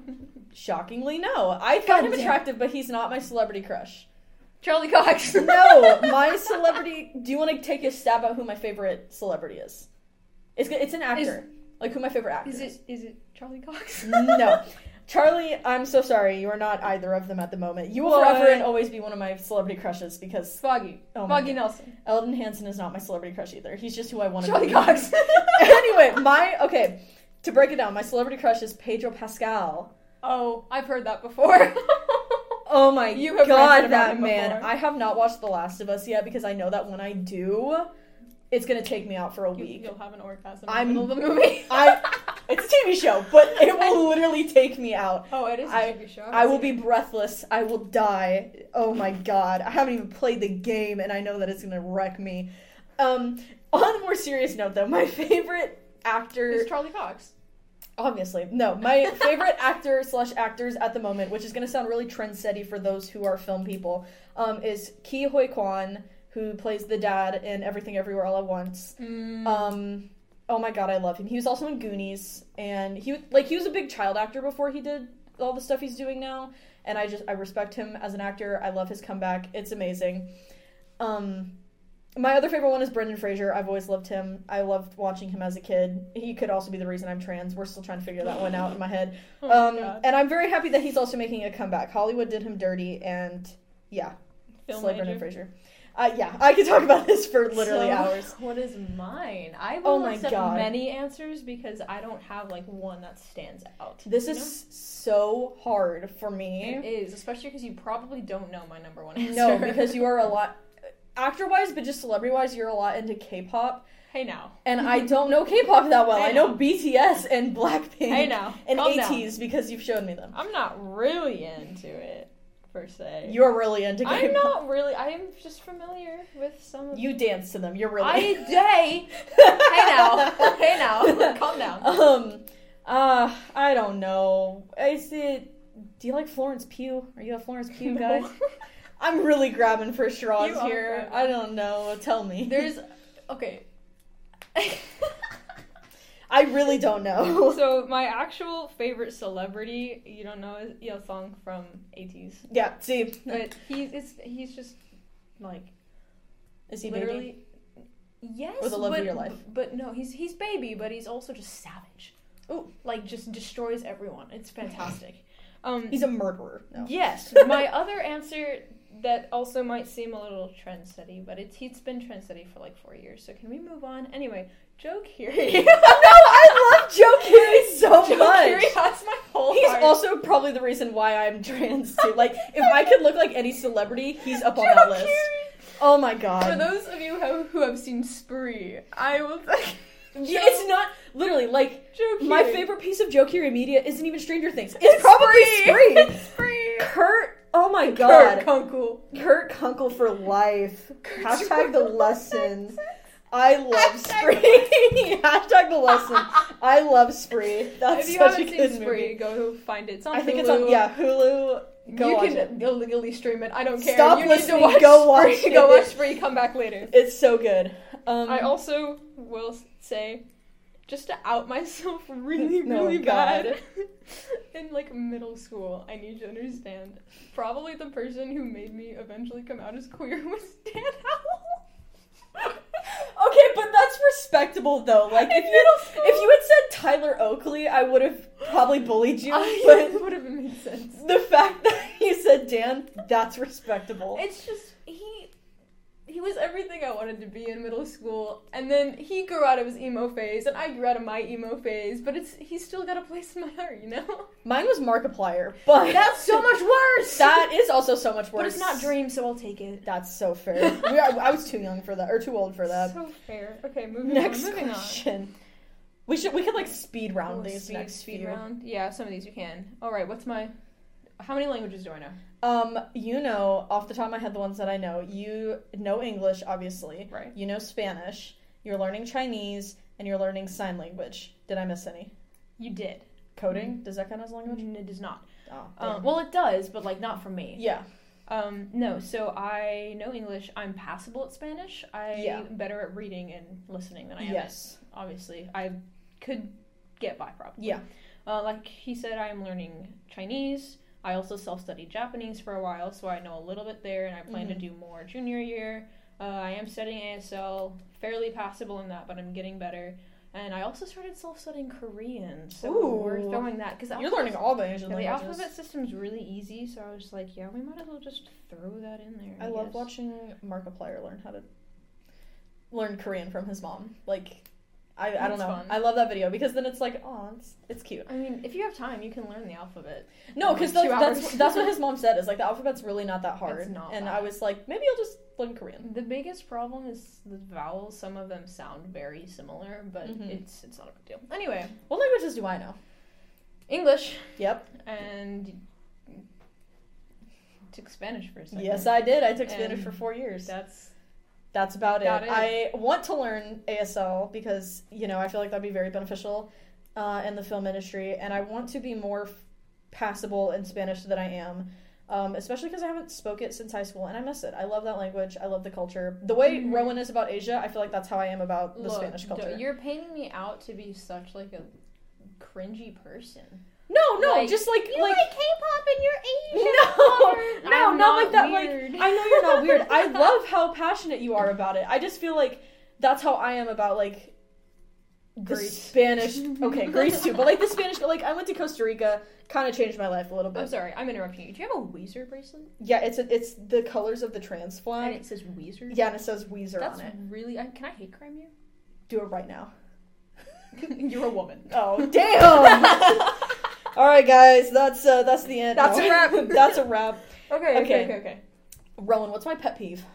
Shockingly, no. I find him
Goddamn.
attractive, but he's not my celebrity crush.
Charlie Cox.
No, my celebrity. Do you want to take a stab at who my favorite celebrity is? It's it's an actor. like who my favorite actor
Is it is it Charlie Cox?
no. Charlie, I'm so sorry. You are not either of them at the moment. You will
What?
forever and always be one of my celebrity crushes because
Foggy.
Oh my
Foggy Nelson.
Eldon Hansen is not my celebrity crush either. He's just who I want to
Charlie
be.
Cox.
anyway, my okay. To break it down, my celebrity crush is Pedro Pascal.
Oh, I've heard that before.
Oh my
You have ranted
god,
about
that
him
man!
before.
I have not watched The Last of Us yet because I know that when I do, it's gonna take me out for a week.
will have an orgasm
I'm-
in the middle of the movie.
I, it's a TV show, but it will literally take me out.
oh, it is a
I-
TV show.
I will be breathless. I will die. Oh my god. I haven't even played the game and I know that it's going to wreck me. Um on a more serious note though, my favorite actor
It's Charlie Cox.
obviously. No, my favorite actor slash actors at the moment, which is going to sound really trendsetty for those who are film people, um is Ki Hoi Kwan, who plays the dad in Everything Everywhere All at Once.
Mm,
Um, oh my god, I love him. He was also in Goonies, and he was- like he was a big child actor before he did all the stuff he's doing now. And I just I respect him as an actor. I love his comeback. It's amazing. Um, my other favorite one is Brendan Fraser. I've always loved him. I loved watching him as a kid. He could also be the reason I'm trans. We're still trying to figure that one out in my head.
Oh my
Um,
God.
and I'm very happy that he's also making a comeback. Hollywood did him dirty, and yeah,
Film
Slay Brendan
major.
Fraser. Uh, yeah, I could talk about this for literally
So,
hours.
What is mine? I will
Oh my
accept
God.
many answers because I don't have like one that stands out.
This
you
is so hard for
know? it
me.
is especially because you probably don't know my number one answer.
No, because you are a lot actor wise, but just celebrity wise, you're a lot into K-pop,
hey now,
and I don't know K-pop that well.
I
I know,
know.
BTS and Blackpink
hey now,
and
Calm down.
ATs because you've shown me them.
I'm not really into it per se.
You're really into K-pop.
I'm not really. I am just familiar with some of
You dance to them. You're really.
I day. hey now, hey now, calm down.
Um, uh, I don't know. Is it? Do you like Florence Pugh? Are you a Florence Pugh guy? I'm really grabbing for straws
You are
here.
grabbing.
I don't know. Tell me.
There's okay.
I really don't know.
so my actual favorite celebrity, you don't know, is Il Sung from ATs,
yeah, see,
but he's it's, he's just like
is he baby?
literally. Yes,
Or the love of
but-
your life.
But no, he's he's baby, but he's also just savage.
Ooh.
like just destroys everyone. It's fantastic. Um,
He's a murderer. No.
Yes, my other answer that also might seem a little trendsetty, but it's he's been trendsetty for like four years. So can we move on? Anyway, Joe Curie.
no, I love Joe Carey so
Joe
much.
Curie has my whole
He's
heart.
also probably the reason why I'm trans too. Like, if I could look like any celebrity, he's up on
Joe
that list.
Curie.
Oh my
For
god.
those of you who, who have seen Spree, I will.
Yeah, it's not literally like
Joe Curie.
my favorite piece of Joe Carey media isn't even Stranger Things. It's probably Spree.
It's Spree.
Kurt. Oh my
Kurt
god.
Kunkel.
Kurt Kunkel for life. Hashtag the lesson. I love
Hashtag
Spree. Hashtag the lesson. I love Spree. That's
if you
such a
haven't
good
seen
movie.
Spree, go find it. It's on
I think
Hulu.
it's on yeah Hulu. Go
you
watch
can
it.
illegally stream it. I don't care.
Stop
you
listening,
Need to watch
go watch
Spree.
it.
Go watch Spree. Come back later.
It's so good. Um,
I also will s- say, just to out myself really,
No,
really
God.
bad. In like middle school, I need you to understand. Probably the person who made me eventually come out as queer was Dan Howell.
okay, but that's respectable though. Like if
In
you
middle school,
if you had said Tyler Oakley, I would have probably bullied you.
I,
But
would have made sense.
the fact that you said Dan, that's respectable.
It's just he he was everything I wanted to be in middle school, and then he grew out of his emo phase, and I grew out of my emo phase. But it's he's still got a place in my heart, you know.
Mine was Markiplier, but
much worse.
that is also so much worse.
but it's not Dream, so I'll take it.
That's so fair. we are, I was too young for that, or too old for that.
So fair. Okay, moving
next
on. Moving
question. We should we could like speed
on.
round
Ooh,
these
speed,
next
speed
few.
round. Yeah, some of these you can. All right, what's my? How many languages do I know?
Um, you know, off the top of my head, the ones that I know. You know English, obviously.
Right.
You know Spanish. You're learning Chinese, and you're learning sign language. Did I miss any?
You did.
Coding does that count as language?
It does not.
Oh,
Mm-hmm. Um,
damn.
well, it does, but like not from me.
yeah.
Um, no, so I know English. I'm passable at Spanish. I'm
Yeah.
better at reading and listening than I am.
Yes.
At, obviously, I could get by probably.
Yeah.
Uh, like he said, I'm learning Chinese. I also self studied Japanese for a while, so I know a little bit there, and I plan
Mhm.
to do more junior year. Uh, I am studying ASL, fairly passable in that, but I'm getting better. And I also started self studying Korean, so we're
Ooh.
throwing that because
You're learning all the Asian
yeah, the
languages.
alphabet system's really easy, so I was just like, yeah, we might as well just throw that in there.
I love
guess.
watching Markiplier learn how to learn Korean from his mom. Like, I, I don't
That's
know.
fun.
I love that video because then it's like, oh, it's, it's cute.
I mean, if you have time, you can learn the alphabet.
No,
Like
because
two
that's, that's
hours.
that's what his mom said is like the alphabet's really not that hard.
It's not
and
that
I was like, maybe I'll just learn Korean.
The biggest problem is the vowels. Some of them sound very similar, but
Mhm.
it's it's not a big deal. Anyway,
What languages do I know?
English
Yep.
and took Spanish for a second.
Yes, I did. I took Spanish
And
for four years.
That's
That's about it.
That is-
I want to learn ASL because you know I feel like that'd be very beneficial uh, in the film industry, and I want to be more f- passable in Spanish than I am, um, especially because I haven't spoke it since high school, and I miss it. I love that language. I love the culture. The way
Mhm.
Rowan is about Asia, I feel like that's how I am about the
look,
Spanish
d-
culture.
You're painting me out to be such like a cringy person.
no, no,
like,
just like like.
K-pop and you're
no, no,
I'm
not like that.
weird.
Like I know you're not weird. I love how passionate you are about it. I just feel like that's how I am about like the
Greece.
Spanish. Okay, Greece too, but like the Spanish. But like I went to Costa Rica, kind of changed my life a little
I'm
bit.
sorry, I'm interrupting you. Do you have a Weezer bracelet?
Yeah, it's a, it's the colors of the trans
And
flag.
it says Weezer.
Yeah, and it says Weezer
Um, that's
on it.
really. I, can I hate crime you?
Do it right now.
You're a woman.
Oh damn! All right, guys, that's uh, that's the end.
That's a wrap.
that's a wrap.
Okay, okay,
Okay.
okay, okay,
Rowan, what's my pet peeve?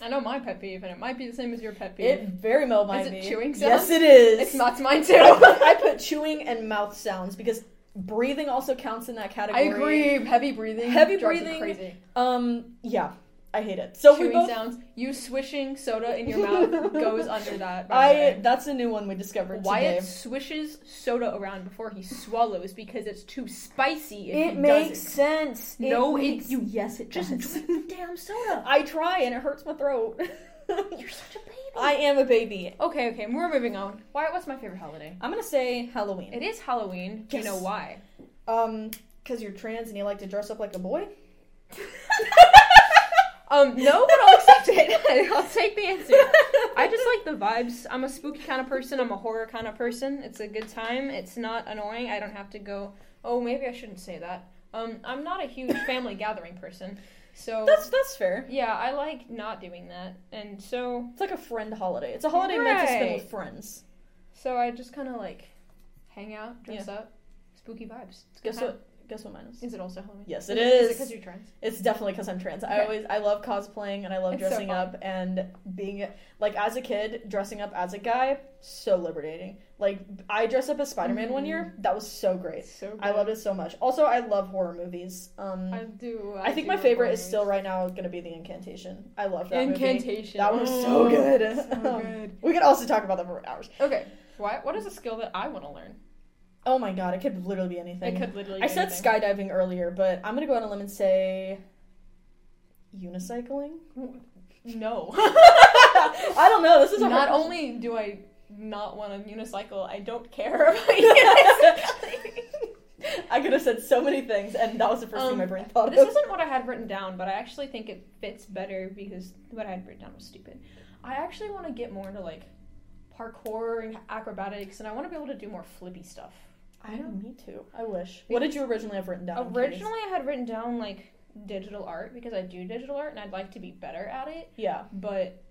I know my pet peeve, and it might be the same as your pet peeve.
It very well might
Is
be.
it chewing
Yes,
sounds?
it is.
it's not mine too.
I put, I put chewing and mouth sounds because breathing also counts in that
I
category.
agree. Heavy breathing.
Heavy
drives me
breathing.
Crazy.
Um, yeah, I hate it. So we
Chewing
both.
sounds. You swishing soda in your mouth goes under that. By the
I
way.
that's a new one we discovered
Wyatt
today.
swishes soda around before he swallows because it's too spicy. If he doesn't.
sense.
No, it- you-
Yes, it
Just
does.
drink the damn soda.
I try and it hurts my throat.
You're such a baby.
I am a baby.
Okay, okay, we're moving on. Wyatt, what's my favorite holiday?
I'm gonna say Halloween.
It is Halloween. Do you
Yes.
know why?
Um, because you're trans and you like to dress up like a boy.
Um, no, but I'll accept it. I'll take the answer. I just like the vibes. I'm a spooky kind of person. I'm a horror kind of person. It's a good time. It's not annoying. I don't have to go. Oh, maybe I shouldn't say that. Um, I'm not a huge family gathering person, so
That's that's fair.
yeah, I like not doing that. And so,
It's like a friend holiday. It's a holiday meant to spend
Right.
with friends.
so I just kind of like hang out, dress up, spooky vibes. It's a good
Guess
time.
what? Guess what mine is?
Uh-huh. Is it also Halloween?
Yes, it
Is it
is.
because you're trans?
It's definitely because I'm trans. I
Okay.
always I love cosplaying and I love
It's so
dressing
fun.
up and being like as a kid dressing up as a guy so liberating. Like I dressed up as Spider Man one
Mhm.
year. That was so great.
It's so good.
I loved it so much. Also, I love horror movies. Um,
I
I,
do.
think
do
my
love
favorite is
horror
still right now going to be The Incantation. I love that
movies.
movie.
Incantation.
That one was so
Oh,
good.
So
Um,
good.
We could also talk about that for hours.
Okay. Why, what is a skill that I want to learn?
Oh my god, it could literally be anything.
It could literally.
I
be
said
anything.
skydiving earlier, but I'm gonna go out on a limb and say unicycling.
No.
I don't know. This is a
not
hard question.
only do I not want a unicycle, I don't care about unicycling.
I could have said so many things, and that was the first
Um,
thing my brain thought
this
of.
isn't what I had written down, but I actually think it fits better because what I had written down was stupid. I actually want to get more into like parkour and acrobatics, and I want to be able to do more flippy stuff.
I don't need to. I wish. What did you originally have written down? I'm curious.
Originally, I had written down like digital art because I do digital art and I'd like to be better at it,
yeah,
but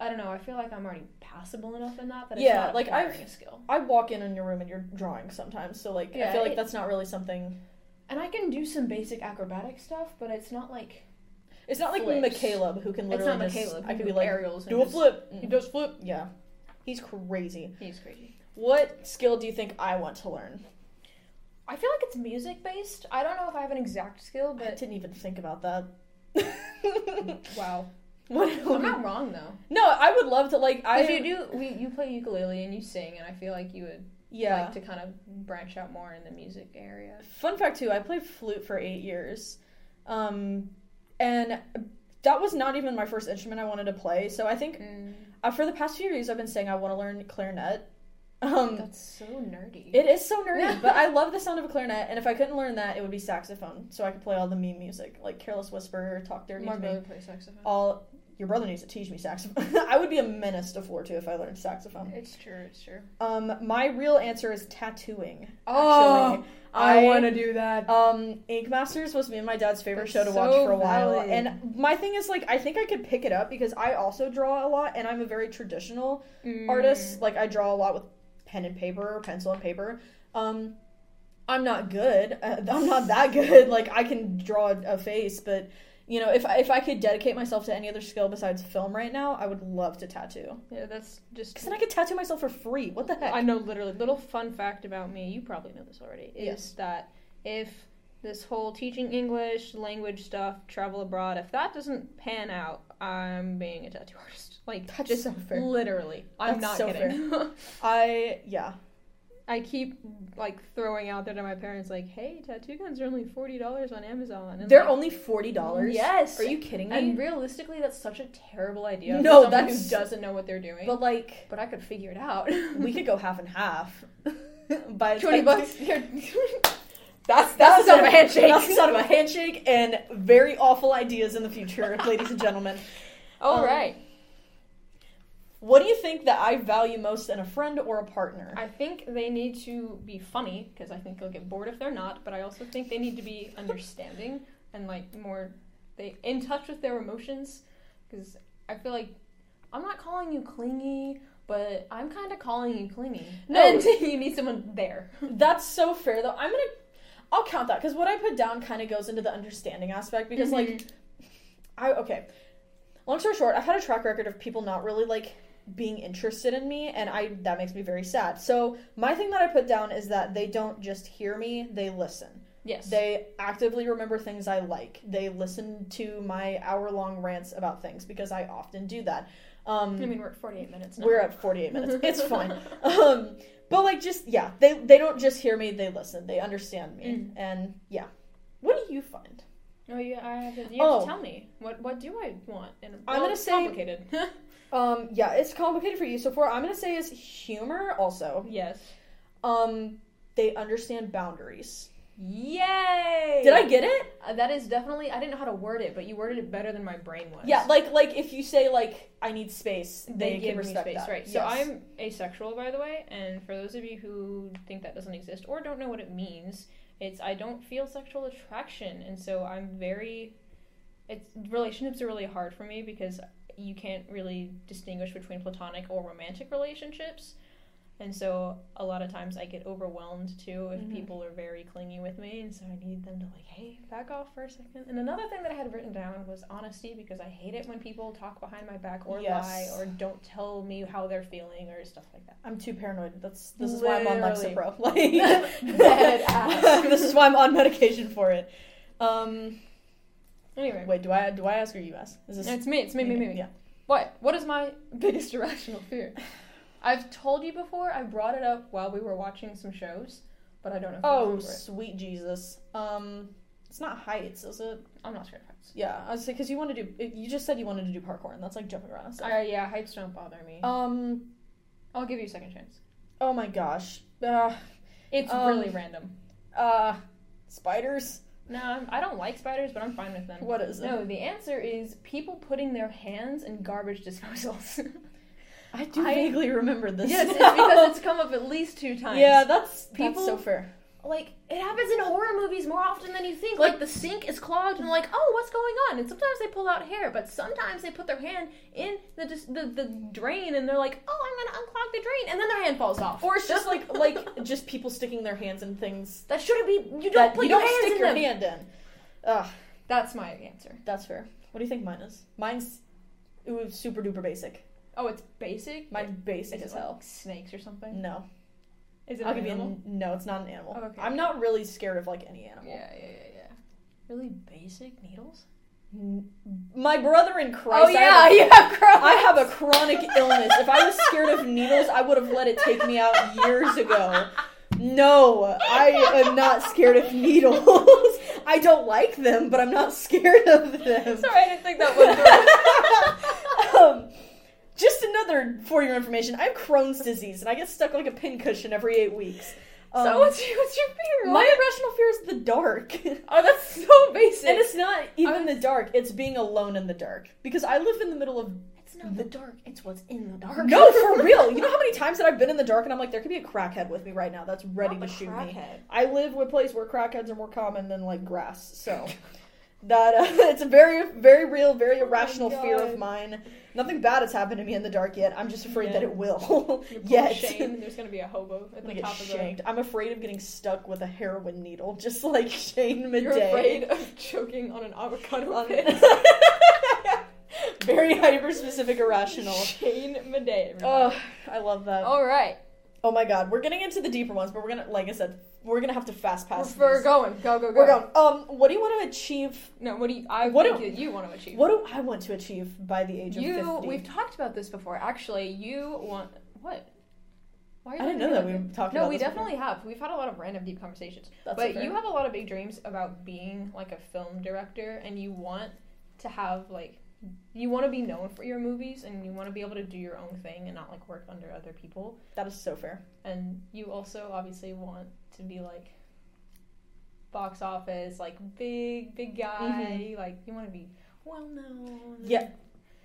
I don't know. I feel like I'm already passable enough in that that it's
Yeah,
not
like,
acquiring
I've-
a skill.
I walk in on your room and you're drawing sometimes, so like I
Yeah,
feel like
it-
that's not really something.
And I can do some basic acrobatic stuff, but it's not like
It's not like
Flips.
Michaela who can literally
it's
just.
not Caleb.
I could be like,
aerials.
do a flip.
He
Mm,
does flip.
Yeah, he's crazy.
He's crazy.
What skill do you think I want to learn?
I feel like it's music based. I don't know if I have an exact skill,
I
but
didn't even think about that.
wow,
what?
I'm not wrong though.
No, I would love to like. I
Because you do, we, you play ukulele and you sing, and I feel like you would
yeah.
like to kind of branch out more in the music area.
Fun fact too, I played flute for eight years, um, and that was not even my first instrument I wanted to play. So I think
Mm,
uh, for the past few years, I've been saying I want to learn clarinet. Um,
that's so nerdy.
it is so nerdy, but I love the sound of a clarinet. And if I couldn't learn that, it would be saxophone, so I could play all the meme music like "Careless Whisper," "Talk Dirty
My
to Me."
brother plays saxophone.
All your brother needs to teach me saxophone. I would be a menace to Floor too if I learned saxophone.
It's true. It's true.
Um, my real answer is tattooing.
Oh.
actually.
wanna do that.
Um, Ink Masters was me and my dad's favorite
That's
show to watch
so
for a while,
valid.
and my thing is like I think I could pick it up because I also draw a lot, and I'm a very traditional
Mm.
artist. Like I draw a lot with pen and paper, pencil and paper. Um, I'm not good. Uh, I'm not that good. Like I can draw a face, but you know, if I, if I could dedicate myself to any other skill besides film right now, I would love to tattoo.
Yeah, that's just.
Cause then I could tattoo myself for free. What the heck?
I know literally. Little fun fact about me, you probably know this already, is
Yes.
that if this whole teaching English, language stuff, travel abroad, if that doesn't pan out, I'm being a tattoo artist. Like
That's
just
so fair.
literally. I'm
That's
not
so
kidding.
I yeah.
I keep like throwing out there to my parents like, "Hey, tattoo guns are only $40 on Amazon." And
They're
like,
only forty dollars.
Mm. Yes.
Are you kidding me?
And realistically, that's such a terrible
No,
idea. for someone
that's-
who doesn't know what they're doing. But,
But like,
I could figure it out.
we could go half and half. By the
twenty
time-
bucks. Here. that's
That's
that's,
the sound
a handshake.
That's the sound of a handshake and very awful ideas in the future, ladies and gentlemen.
All
Um,
right.
What do you think that I value most in a friend or a partner?
I think they need to be funny because I think they'll get bored if they're not. But I also think they need to be understanding and like more they in touch with their emotions because I feel like I'm not calling you clingy, but I'm kind of calling you clingy.
No.
and you need someone there.
That's so fair, though. I'm gonna, I'll count that because what I put down kind of goes into the understanding aspect because, like,
Mm-hmm.
I okay. Long story short, I've had a track record of people not really like being interested in me, and I that makes me very sad. So my thing that I put down is that they don't just hear me; they listen.
yes,
They actively remember things I like. They listen to my hour long rants about things because I often do that. Um,
I mean we're at 48 minutes. Now.
we're at 48 minutes. It's fine. Um, but like just yeah, they they don't just hear me, they listen. They understand me.
Mm.
And yeah. What do you find?
Oh, you, I have to, you have
Oh.
to tell me what what do I want? And
I'm gonna
it's
say-
complicated.
Um yeah, it's complicated for you. So far I'm going to say is humor also.
yes.
Um they understand boundaries.
Yay!
Did I get it?
Uh, that is definitely. I didn't know how to word it, but you worded it better than my brain was.
Yeah, like like if you say like I need space,
they,
they,
give
can
me
respect
space,
that.
right? So
Yes.
I'm asexual, by the way, and for those of you who think that doesn't exist or don't know what it means, it's I don't feel sexual attraction, and so I'm very. It's relationships are really hard for me because you can't really distinguish between platonic or romantic relationships. And so a lot of times I get overwhelmed too if
Mhm.
people are very clingy with me. And so I need them to, like, hey, back off for a second. And another thing that I had written down was honesty because I hate it when people talk behind my back or lie
Yes.
or don't tell me how they're feeling or stuff like that.
I'm too paranoid. That's this is why I'm on
Literally.
Lexapro. Like,
Dead ass.
this is why I'm on medication for it. Um,
Anyway,
wait, do I do I ask or you ask? Is
it's me. It's me, me, me, me.
Yeah.
What? What is my biggest irrational fear? I've told you before. I brought it up while we were watching some shows, but I don't know. If you
Oh,
remember it.
sweet Jesus. Um, it's not heights, is it?
I'm not scared of heights.
Yeah, I was because you want to do. You just said you wanted to do parkour, and that's like jumping around. and stuff.
Uh, yeah, heights don't bother me.
Um.
I'll give you a second chance.
Oh my gosh. Uh,
It's
um,
really random.
uh, spiders.
No, I'm, I don't like spiders, but I'm fine with them.
What is it?
No, the answer is people putting their hands in garbage disposals.
I do
I-
vaguely remember this.
yes, it's because it's come up at least two times.
yeah, that's
People-
that's so fair.
like it happens in horror movies more often than you think. Like the sink is clogged, and like, oh, what's going on? And sometimes they pull out hair, but sometimes they put their hand in the dis- the, the drain, and they're like, oh, I'm gonna unclog the drain, and then their hand falls off.
Or it's just like like just people sticking their hands in things
that shouldn't be. You don't
that
put
you
your
don't
hands
stick
in
your
them.
hand in. Ugh,
That's my answer.
that's fair. What do you think mine is? Mine's ooh, super duper basic.
Oh, it's basic.
Mine's basic
is it
as hell.
like Mm. snakes or something?
No,
Is it
I'll
an
give you.
animal?
An, no, it's not an animal.
Oh, okay.
I'm not really scared of like any animal.
Yeah, yeah, yeah, yeah. Really basic needles? Oh,
N- My brother in Christ. I have a-
yeah, gross.
I have a chronic illness. If I was scared of needles, I would have let it take me out years ago. No, I am not scared of needles. I don't like them, but I'm not scared of them.
Sorry, I didn't think that one through.
um, just another for your information. I have Crohn's disease, and I get stuck like a pincushion every eight weeks. Um,
so what's your, what's your
my
fear? Ryan?
irrational fear is the dark.
oh, that's so basic.
And it's not even
I'm-
the dark, it's being alone in the dark. Because I live in the middle of
It's not the dark. It's what's in the dark.
No, for real. You know how many times that I've been in the dark and I'm like, there could be a crackhead with me right now that's ready to shoot me. I live with a place where crackheads are more common than like grass, so that uh, it's a very, very real, very
Oh my
irrational fear
God.
of mine. Nothing bad has happened to me in the dark yet. I'm just afraid that
Yet.
it will.
You're
yet.
Shame. There's gonna be a hobo at
I'm gonna
the
get
top of the.
shanked. I'm afraid of getting stuck with a heroin needle, just like Shane Midday.
You're afraid of choking on an avocado
On-
pit.
very hyper specific irrational.
Shane Madej.
Ugh, I love that.
All right,
Oh my god, we're getting into the deeper ones, but we're gonna, like I said, we're gonna have to fast
we're,
pass.
we're
these.
going. Go go go.
We're going. Um, what do you want to achieve?
No, what do you? I
What
think
do-
that you want to achieve?
What do I want to achieve by the age of
you?
50?
We've talked about this before. Actually, you want what? Why are
I didn't
looking
know that
at
we
me?
were talking
No,
about
we
this before.
definitely have. We've had a lot of random deep conversations.
That's
but
fair.
you have a lot of big dreams about being like a film director and you want to have like you want to be known for your movies and you want to be able to do your own thing and not like work under other people
That is so fair.
and you also obviously want to be like box office like big big guy like you want to be well known
Mm-hmm. Yeah.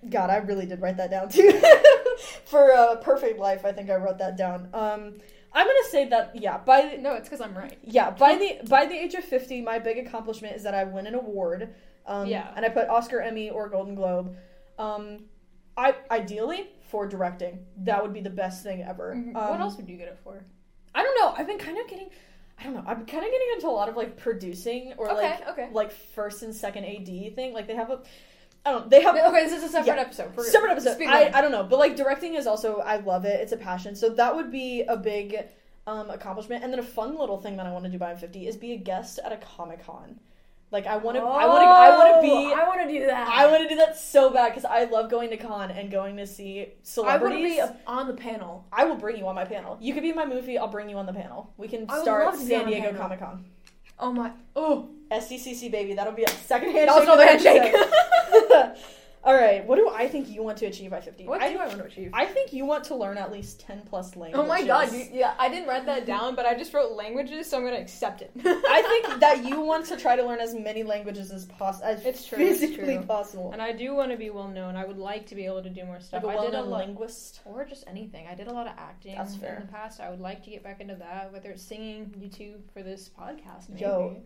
God, I really did write that down too. For uh, perfect life, I think I wrote that down. Um, I'm gonna say that yeah. By the,
no it's because i'm right
Yeah, by the by the age of fifty, my big accomplishment is that I win an award. Um,
Yeah.
and I put Oscar, Emmy, or Golden Globe. Um, I ideally for directing, that would be the best thing ever.
Mhm.
Um,
what else would you get it for
I don't know. I've been kind of getting, I don't know. I'm kind of getting into a lot of like producing or
okay
like
okay
like first and second AD thing. Like they have a, I don't. know, They have
okay this is a separate
Yeah.
episode for
separate episode.
Speed
I,
round.
I don't know, but like directing is also I love it. It's a passion. So that would be a big um, accomplishment. And then a fun little thing that I want to do by I'm 50 is be a guest at a Comic Con. Like I want to, I want to, I want to
Oh,
be.
i want to do that
I want to do that so bad because I love going to con and going to see
I want to
celebrities.
be a- on the panel.
I will bring you on my panel. You could be in my movie. I'll bring you on the panel. We can
I would
start
love to be
San
on a
Diego
panel.
Comic Con.
Oh my! Oh,
SDCC baby, that'll be a second
That
handshake.
was another
of
handshake.
success. All right, what do I think you want to achieve by fifty?
what
I,
do I want to achieve?
I think you want to learn at least ten plus languages.
Oh my god! You, yeah, I didn't write that down, but I just wrote languages, so I'm gonna accept it.
I think that you want to try to learn as many languages as possible, as
It's true, it's
physically
true.
possible.
and I do want to be well known. I would like to be able to do more stuff.
Like a
I did a
well-known
lot,
linguist.
or just anything. I did a lot of acting
That's fair.
in the past. I would like to get back into that, whether it's singing, YouTube for this podcast. Maybe.
Yo,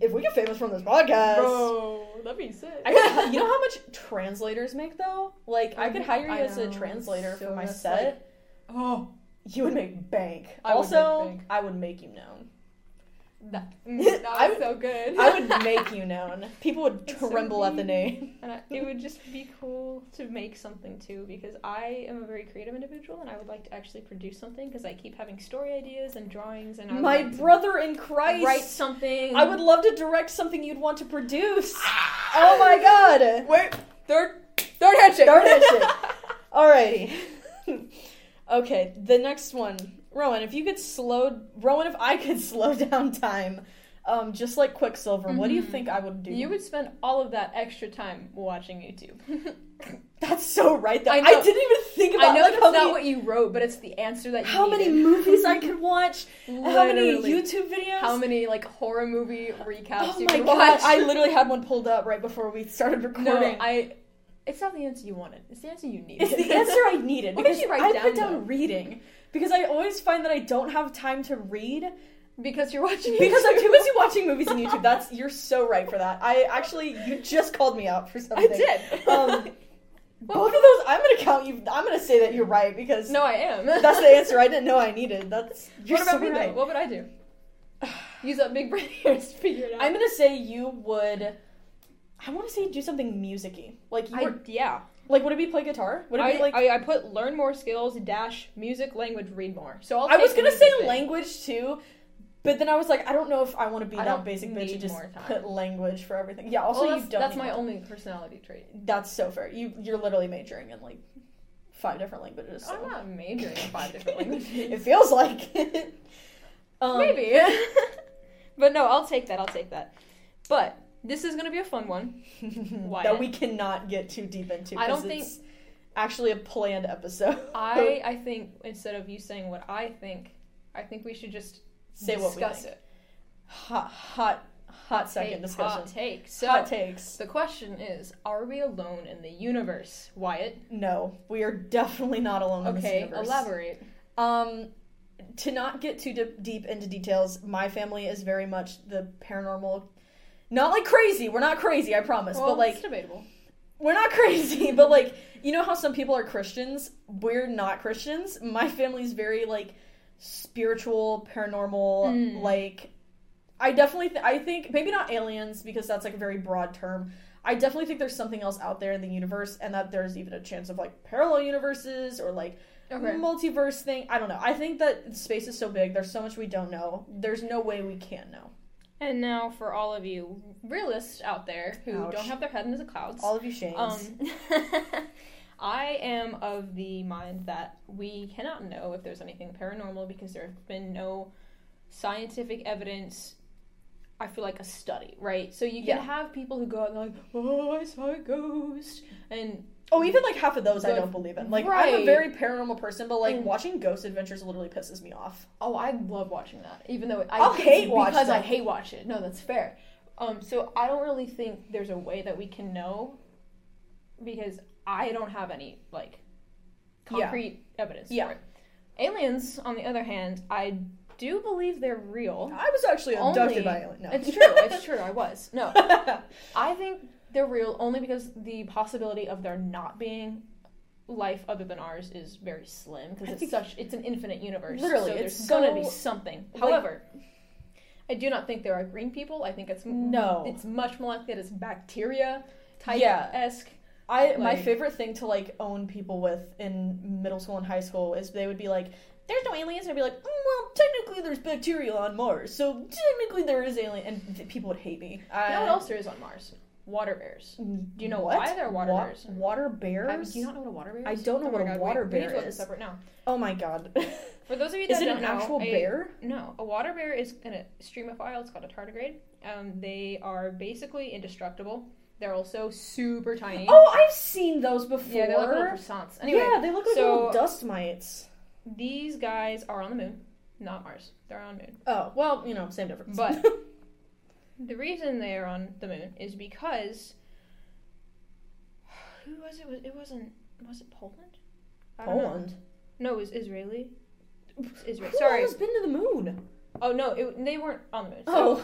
If we get famous from this podcast,
bro, that'd be sick.
I could, you know how much translators make though? Like I could hire you
I
as a
know,
translator
so
for my
that's
set.
Oh,
You would make bank.
I would
also,
make bank.
I would make you known.
That, Mm, that
I
was
would-
so good.
I would make you known. People would
It's so
tremble at the name.
And I, it would just be cool to make something too, because I am a very creative individual, and I would like to actually produce something because I keep having story ideas and drawings, and I would
My
like to
brother in Christ.
write something.
I would love to direct something you'd want to produce. oh my god.
wait. Third, third handshake.
Darn that shit. Alrighty. okay, the next one. Rowan, if you could slow Rowan, if I could slow down time, um, just like Quicksilver, what do you
Mhm.
think I would do?
You would spend all of that extra time watching YouTube.
That's so right though. I,
I know.
didn't even think about
I know
like,
that's
how many,
not what you wrote, but it's the answer that you
how many
needed.
movies I could watch, how many
Literally.
YouTube videos.
how many like horror movie recaps
Oh
you
my
could
god!
watch.
I literally had one pulled up right before we started recording.
no, I. It's not the answer you wanted. It's the answer you needed.
It's the answer I needed.
What did
because
you write
I
down,
put down
though?
reading because I always find that I don't have time to read
because you're watching.
because I'm
YouTube.
too busy watching movies on YouTube. That's you're so right for that. I actually you just called me out for
I
something.
did.
Um, Both of those, I'm gonna count you. I'm gonna say that you're right because
no, I am.
that's the answer I didn't know I needed. That's you're
What
so
about me
right.
though? What would I do? Use up big brain hairs to figure it out.
I'm gonna say you would. I want to say do something musicy. Like you
I,
were,
yeah.
like would it be play guitar? Would it
I,
be like
I, I put learn more skills dash music language read more. So I'll
I was
take
gonna
the
say
music thing.
language too, but then I was like, I don't know if I want to be
I
that
don't
basic bitch
need
and just
more time.
put language for everything. Yeah. Also,
Well,
you
that's,
don't.
that's
need
my
more-
only personality trait.
That's so fair. You you're literally majoring in like five different languages. So.
I'm not majoring in five different languages.
it feels like. it. um,
Maybe. but no, I'll take that. I'll take that. But this is gonna be a fun one.
that we cannot get too deep into.
I
'cause
don't think-
it's actually a planned episode. Oh.
I I think instead of you saying what I think, I think we should just
say what we
discuss
think.
it.
Hot hot hot second
Take-
discussion.
Hot take. So
hot takes.
The question is, are we alone in the universe, Wyatt?
No, we are definitely not alone in this
Okay,
universe.
elaborate.
Um, to not get too dip- deep into details, my family is very much the paranormal. Not like crazy. We're not crazy, I promise.
Well,
but like,
it's debatable.
we're not crazy. But like, you know how some people are Christians? We're not Christians. My family's very like spiritual, paranormal.
Mm.
Like, I definitely, th- I think maybe not aliens because that's like a very broad term. I definitely think there's something else out there in the universe, and that there's even a chance of like parallel universes or like multiverse thing. I don't know. I think that space is so big. There's so much we don't know. There's no way we can know.
And now for all of you realists out there who
Ouch.
don't have their head into the clouds,
All of you shames.
um, I am of the mind that we cannot know if there's anything paranormal because there have been no scientific evidence. I feel like a study, right? So you can
Yeah.
have people who go out and like, "Oh, I saw a ghost," and
oh, even like half of those I
Good.
don't believe in. Like I'm a
Right.
very paranormal person, but like
Mm.
watching Ghost Adventures literally pisses me off.
Oh, I love watching that, even though I
I'll hate watch
because I
that.
hate watch it. No, that's fair. Um, so I don't really think there's a way that we can know because I don't have any like
Yeah.
concrete evidence
Yeah.
for it. Aliens, on the other hand, I do believe they're real.
I was actually
Only-
abducted by alien. No,
It's true. It's true. I was no.
true.
I think they're real only because the possibility of there not being life other than ours is very slim
I
because it's
think-
such it's an infinite universe.
Literally,
so there's
it's
gonna
so-
be something.
like-
However, I do not think there are green people. I think it's m-
No.
it's much more likely that it's bacteria type
Yeah.
esque.
I my
Like-
favorite thing to like own people with in middle school and high school is they would be like, "There's no aliens," and I'd be like, "Mm, "Well, technically there's bacteria on Mars, so technically there is alien," and th- people would hate me.
You know
I-
what else there is on Mars? Water bears.
Do
you know why they're water bears?
Water
I,
bears?
do you not know what a water bear
I
is?
don't know
Oh my
what a
God,
water
wait, we need
bear
to look
is.
this up right now.
Oh my god.
For those of you that
Is it
don't
an
know,
actual
a-
bear?
No, a water bear is an extremophile. It's called a tardigrade. Um, they are basically indestructible. They're also super tiny.
Oh, I've seen those before.
yeah, they're like little croissants. Anyway,
yeah, they look like
so-
little dust mites.
these guys are on the moon, not Mars. They're on moon.
Oh, well, you know, same difference.
But the reason they are on the moon is because who was it? Was it wasn't was it Poland? I don't know.
Poland.
No, it was Israeli. It's Israel.
Who
Sorry.
has been to the moon?
Oh no, it, they weren't on the moon. So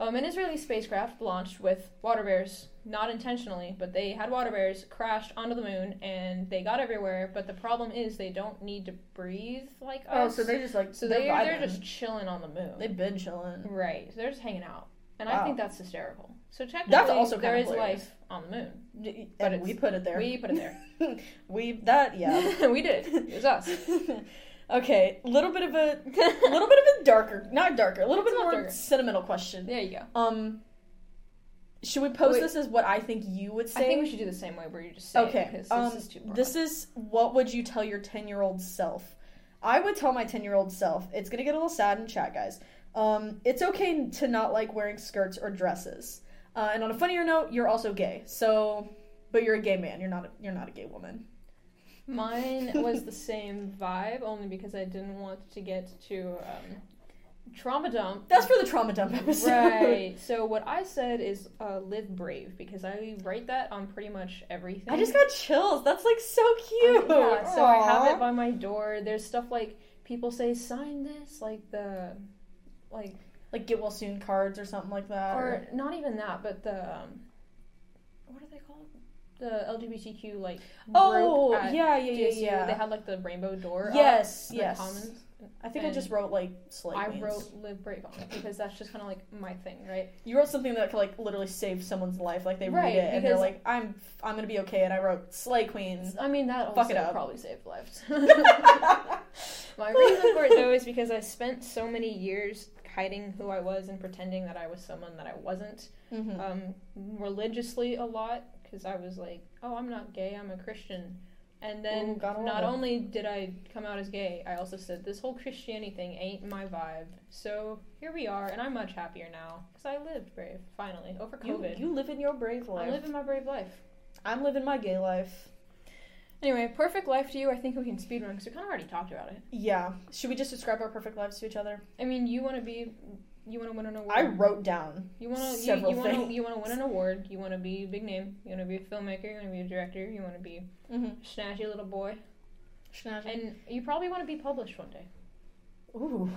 Oh,
Um, an Israeli spacecraft launched with water bears, not intentionally, but they had water bears, crashed onto the moon, and they got everywhere. But the problem is they don't need to breathe like
Oh,
us.
so they just like
so
they're
they, they're
vibing.
just chilling on the moon.
they've been chilling.
right. They're just hanging out. And I
Wow.
think that's hysterical. So technically,
also
there
kinda
is
hilarious.
life on the moon.
And
But
we
it's-
put it there.
We put it there.
we that yeah.
we did. It was us.
okay, little bit of a little bit of a darker, not darker, a little
It's
bit
not
more
darker.
sentimental question.
There you go.
Um, should we pose
Wait.
this as what I think you would say?
I think we should do the same way where you just say it,
Okay,
because
um,
this is too broad.
This is what would you tell your 10 year old self? I would tell my 10 year old self, it's gonna get a little sad in chat, guys. Um, it's okay to not like wearing skirts or dresses. Uh, and on a funnier note, you're also gay. So, but you're a gay man. You're not. A, you're not a gay woman.
Mine was the same vibe, only because I didn't want to get to um, trauma dump.
That's for the trauma dump episode.
right. So what I said is uh, live brave because I write that on pretty much everything. Um,
I just got chills. That's like so cute.
Oh, Yeah, so I have
Aw.
it by my door. There's stuff like people say sign this, like the, like
like get well soon cards or something like that.
or not even that, but the um, what are they called? The LGBTQ like
oh
group at
yeah, yeah, yeah,
DSU,
yeah.
They had like the rainbow door. up
yes,
in the
yes.
commons.
I think I
and-
just wrote like slave.
I
means.
wrote live brave on it because that's just kind of like my thing, right?
You wrote something that could like literally save someone's life. Like they
Right,
read it and they're like,
because-
"I'm I'm gonna be okay." And I wrote "Slay Queen."
I mean that
Fuck
also
it up.
probably saved lives. my reason for it though is because I spent so many years hiding who I was and pretending that I was someone that I wasn't.
Mhm.
Um, religiously a lot because I was like, oh, I'm not gay, I'm a Christian. And then
Ooh, got a
not
lot.
only did I come out as gay, I also said this whole Christianity thing ain't my vibe. So here we are, and I'm much happier now because I lived brave finally over
you,
COVID.
you live in your brave
I'm
life.
living my brave life.
I'm living my gay life.
Anyway, perfect life to you. I think we can speedrun because we kind of already talked about it.
Yeah. Should we just describe our perfect lives to each other?
I mean, you want to be, you want to win an award.
I wrote down.
You want to, you,
several
you want to,
things.
you want to win an award. You want to be a big name. You want to be a filmmaker. You want to be a director. You want to be
Mm-hmm.
a snatchy little boy. And you probably want to be published one day.
Ooh,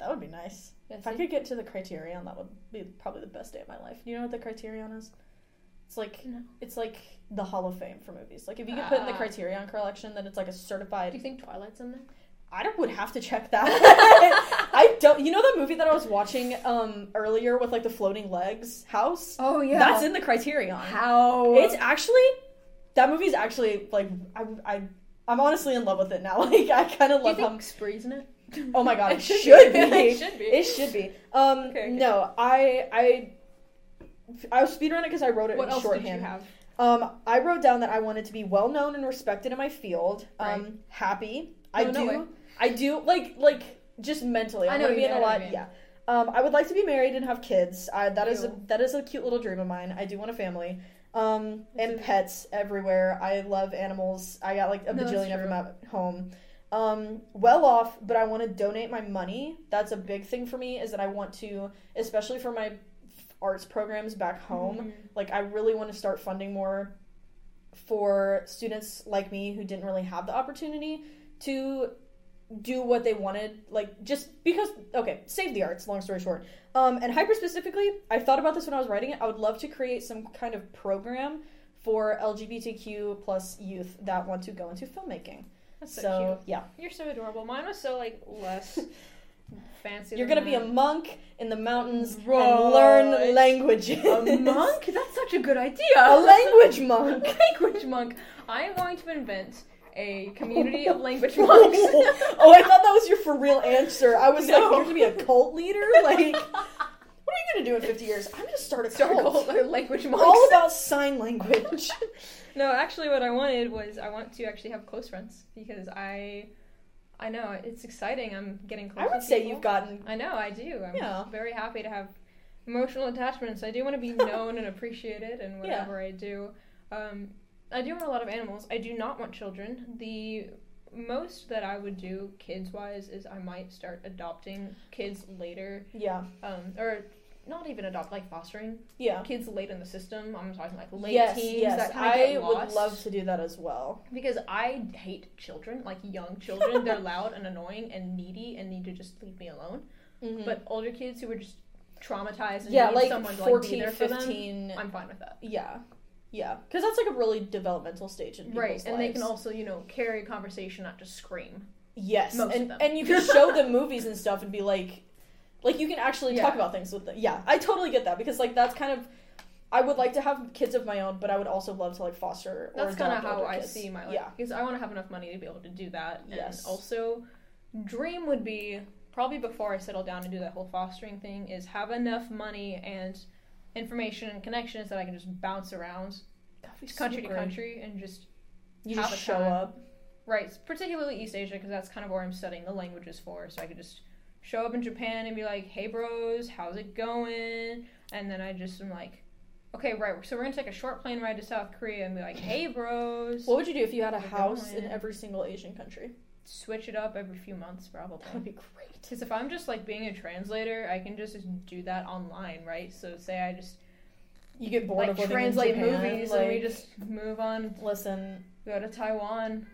that would be nice.
Yes,
If I could get to the Criterion, that would be probably the best day of my life. You know what the Criterion is? It's like
No.
it's like the Hall of Fame for movies. Like if you get put in the
Ah.
Criterion collection, then it's like a certified
Do you think Twilight's in there?
I don't, would have to check that. I don't. You know the movie that I was watching um earlier with like the floating legs house.
Oh
That's in the Criterion.
how
It's actually that movie's actually like I I I'm honestly in love with it now. Like I kind of
Do you
love
think
how.
Spree's in it?
Oh my god, it
should
should
be.
be.
It should be.
It should be. Um,
Okay, okay.
no, I I. I was speedrunning because I wrote it
What
in
else
shorthand.
did you have?
Um, I wrote down that I wanted to be well known and respected in my field. Um,
Right.
happy.
No,
I
no
do.
way.
I do like like just mentally. I,
I know
want to be
what you
in a
mean, I know
lot.
what you mean.
Yeah. Um, I would like to be married and have kids. I, that is a,
Ew.
that is a cute little dream of mine. I do want a family. Um, and
That's a-
pets everywhere. I love animals. I got like a
No, that's
bajillion of
true.
them at home. Um, well off, but I want to donate my money. That's a big thing for me. Is that I want to, especially for my arts programs back home
Mm-hmm.
like i really want to start funding more for students like me who didn't really have the opportunity to do what they wanted like just because okay save the arts long story short um, and hyper specifically i thought about this when i was writing it i would love to create some kind of program for lgbtq plus youth that want to go into filmmaking
That's so,
so,
cute.
yeah
You're so adorable. Mine was so like less fancy.
you're
than
gonna be a
that.
monk in the mountains
Right.
and learn languages
A monk? That's such a good idea.
a language monk
language monk. I am going to invent a community of language monks.
oh, I thought that was your for real answer. I was
No.
like, you're gonna be a cult leader? Like, what are
Oh.
you gonna do in 50 years? I'm gonna start a
Start
cult.
called our language monks.
All about sign language.
no, actually, what I wanted was I want to actually have close friends because I, I know it's exciting. I'm getting close.
I would
with
say
people.
you've gotten.
I know I do. I'm
Yeah.
very happy to have emotional attachments. I do want to be known and appreciated in
Yeah.
whatever I do. Um, I do want a lot of animals. I do not want children. The most that I would do kids wise is I might start adopting kids later,
Yeah,
um, or not even adopt, like fostering
yeah.
kids late in the system. I'm talking like late
yes,
teens
yes.
that kind of
I
get
would
lost.
love to do that as well.
Because I hate children, like young children. They're loud and annoying and needy and need to just leave me alone.
Mhm.
But older kids who were just traumatized and
yeah,
need
like
someone to Mm. like, be
14,
there for
15.
them, I'm fine with that.
yeah. Yeah. Because that's like a really developmental stage in people's
Right, and they can
lives.
also, you know, carry a conversation, not just scream.
Yes,
Most of
and
them.
and you can show them movies and stuff and be like, like you can actually talk
Yeah.
about things with them. Yeah, I totally get that because like that's kind of, I would like to have kids of my own, but I would also love to like foster. or
That's kind of
adopt
how
older
I
kids.
see my life
Yeah,
because I want to have enough money to be able to do that.
Yes.
And also, dream would be probably before I settle down and do that whole fostering thing is have enough money and information and connections that I can just bounce around country to country and just
You
half
just
the
show
time.
up.
right, particularly East Asia because that's kind of where I'm studying the languages for. So I could just show up in Japan and be like, "Hey, bros, how's it going?" And then I just am like. Okay, right. So we're gonna take a short plane ride to South Korea and be like, "Hey, bros."
What would you do if you had a
You're
house in
going.
every single Asian country?
switch it up every few months
That would
probably
be great.
because if i'm just like being a translator i can just do that online right so say i just
You get bored of
like
living
translate
in Japan,
movies
like,
and we just move on
listen.
go to taiwan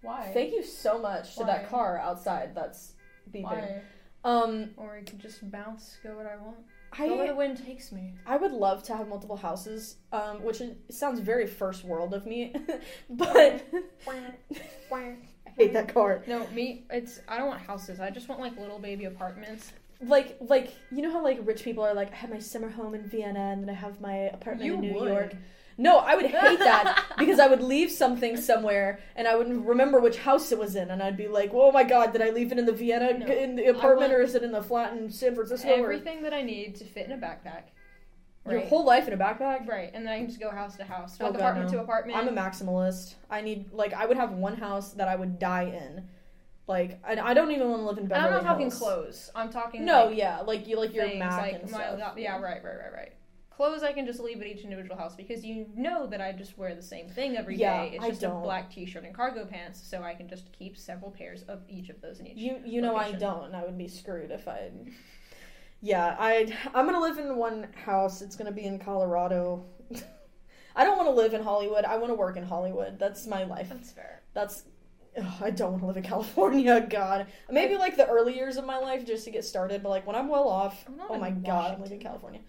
why
Thank you so much to that
Why?
car outside. That's beeping.
why
Um,
or i could just bounce go where i want
I
go where the wind takes me
I would love to have multiple houses, um, which is, sounds very first world of me, but I hate that card.
no me it's i don't want houses i just want like little baby apartments
Like, like you know how like rich people are like, I have my summer home in Vienna, and then I have my apartment in New York. No, I would hate that because I would leave something somewhere, and I wouldn't remember which house it was in, and I'd be like, Oh my god, did I leave it in the Vienna
No.
in the apartment, or
want-
is it in the flat in San Francisco? Or
everything that i need to fit in a backpack
your
right
whole life in a backpack.
right and then i can just go house to house
Oh,
walk
God,
apartment
no.
to apartment
I'm a maximalist. I need like I would have one house that I would die in. Like I, I don't even want to live in
And I'm
Beverly
not talking
Hills.
clothes. I'm talking
No,
like,
yeah, like you like your
things
Mac
like
and
my
stuff.
lap- yeah, right, right, right, right. Clothes I can just leave at each individual house because you know that I just wear the same thing every day.
Yeah,
It's
I
just
don't.
a black T-shirt and cargo pants, so I can just keep several pairs of each of those in each.
You you know I
Location.
don't. and I would be screwed if I. Yeah, I I'm gonna live in one house. It's gonna be in Colorado. I don't want to live in Hollywood. I want to work in Hollywood. That's my life.
That's fair.
That's. Ugh, I don't want to live in California. God, maybe like the early years of my life just to get started. But like when I'm well off,
I wanna
oh
live
my
in
god, I'm
Washington.
living in California.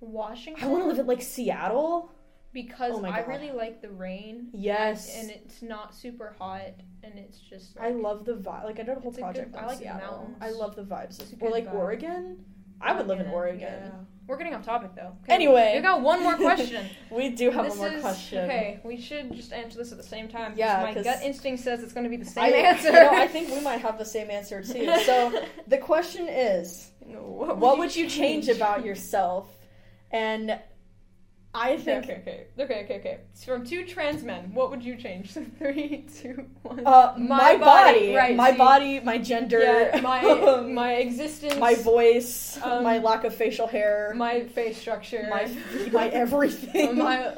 Washington.
I want to live in like Seattle.
because
Oh my
I
God.
really like the rain
Yes,
and it's not super hot and it's just.
I
Like,
love the vibe. Like I did a whole
It's a
project
good-
on
I like
Seattle.
mountains.
I love the vibes.
It's a
Or
good
like
vibe.
Oregon. I would live in Oregon.
We're getting off topic though. 'Kay,
Anyway.
we got one more question.
We do have
this
one more
is,
question.
Okay, we should just answer this at the same time. 'cause
Yeah,
my
'cause-
gut instinct says it's going to be the same
I,
answer.
no, I think we might have the same answer too. So the question is,
what
what would you change about yourself? And I
Okay,
think
okay, okay, okay, okay, okay. It's from two trans men. What would you change? So three, two, one.
uh, my, body,
right?
my
see,
body, my gender,
yeah, my
um,
my existence,
my voice,
um,
my lack of facial hair,
my face structure,
my my everything.
my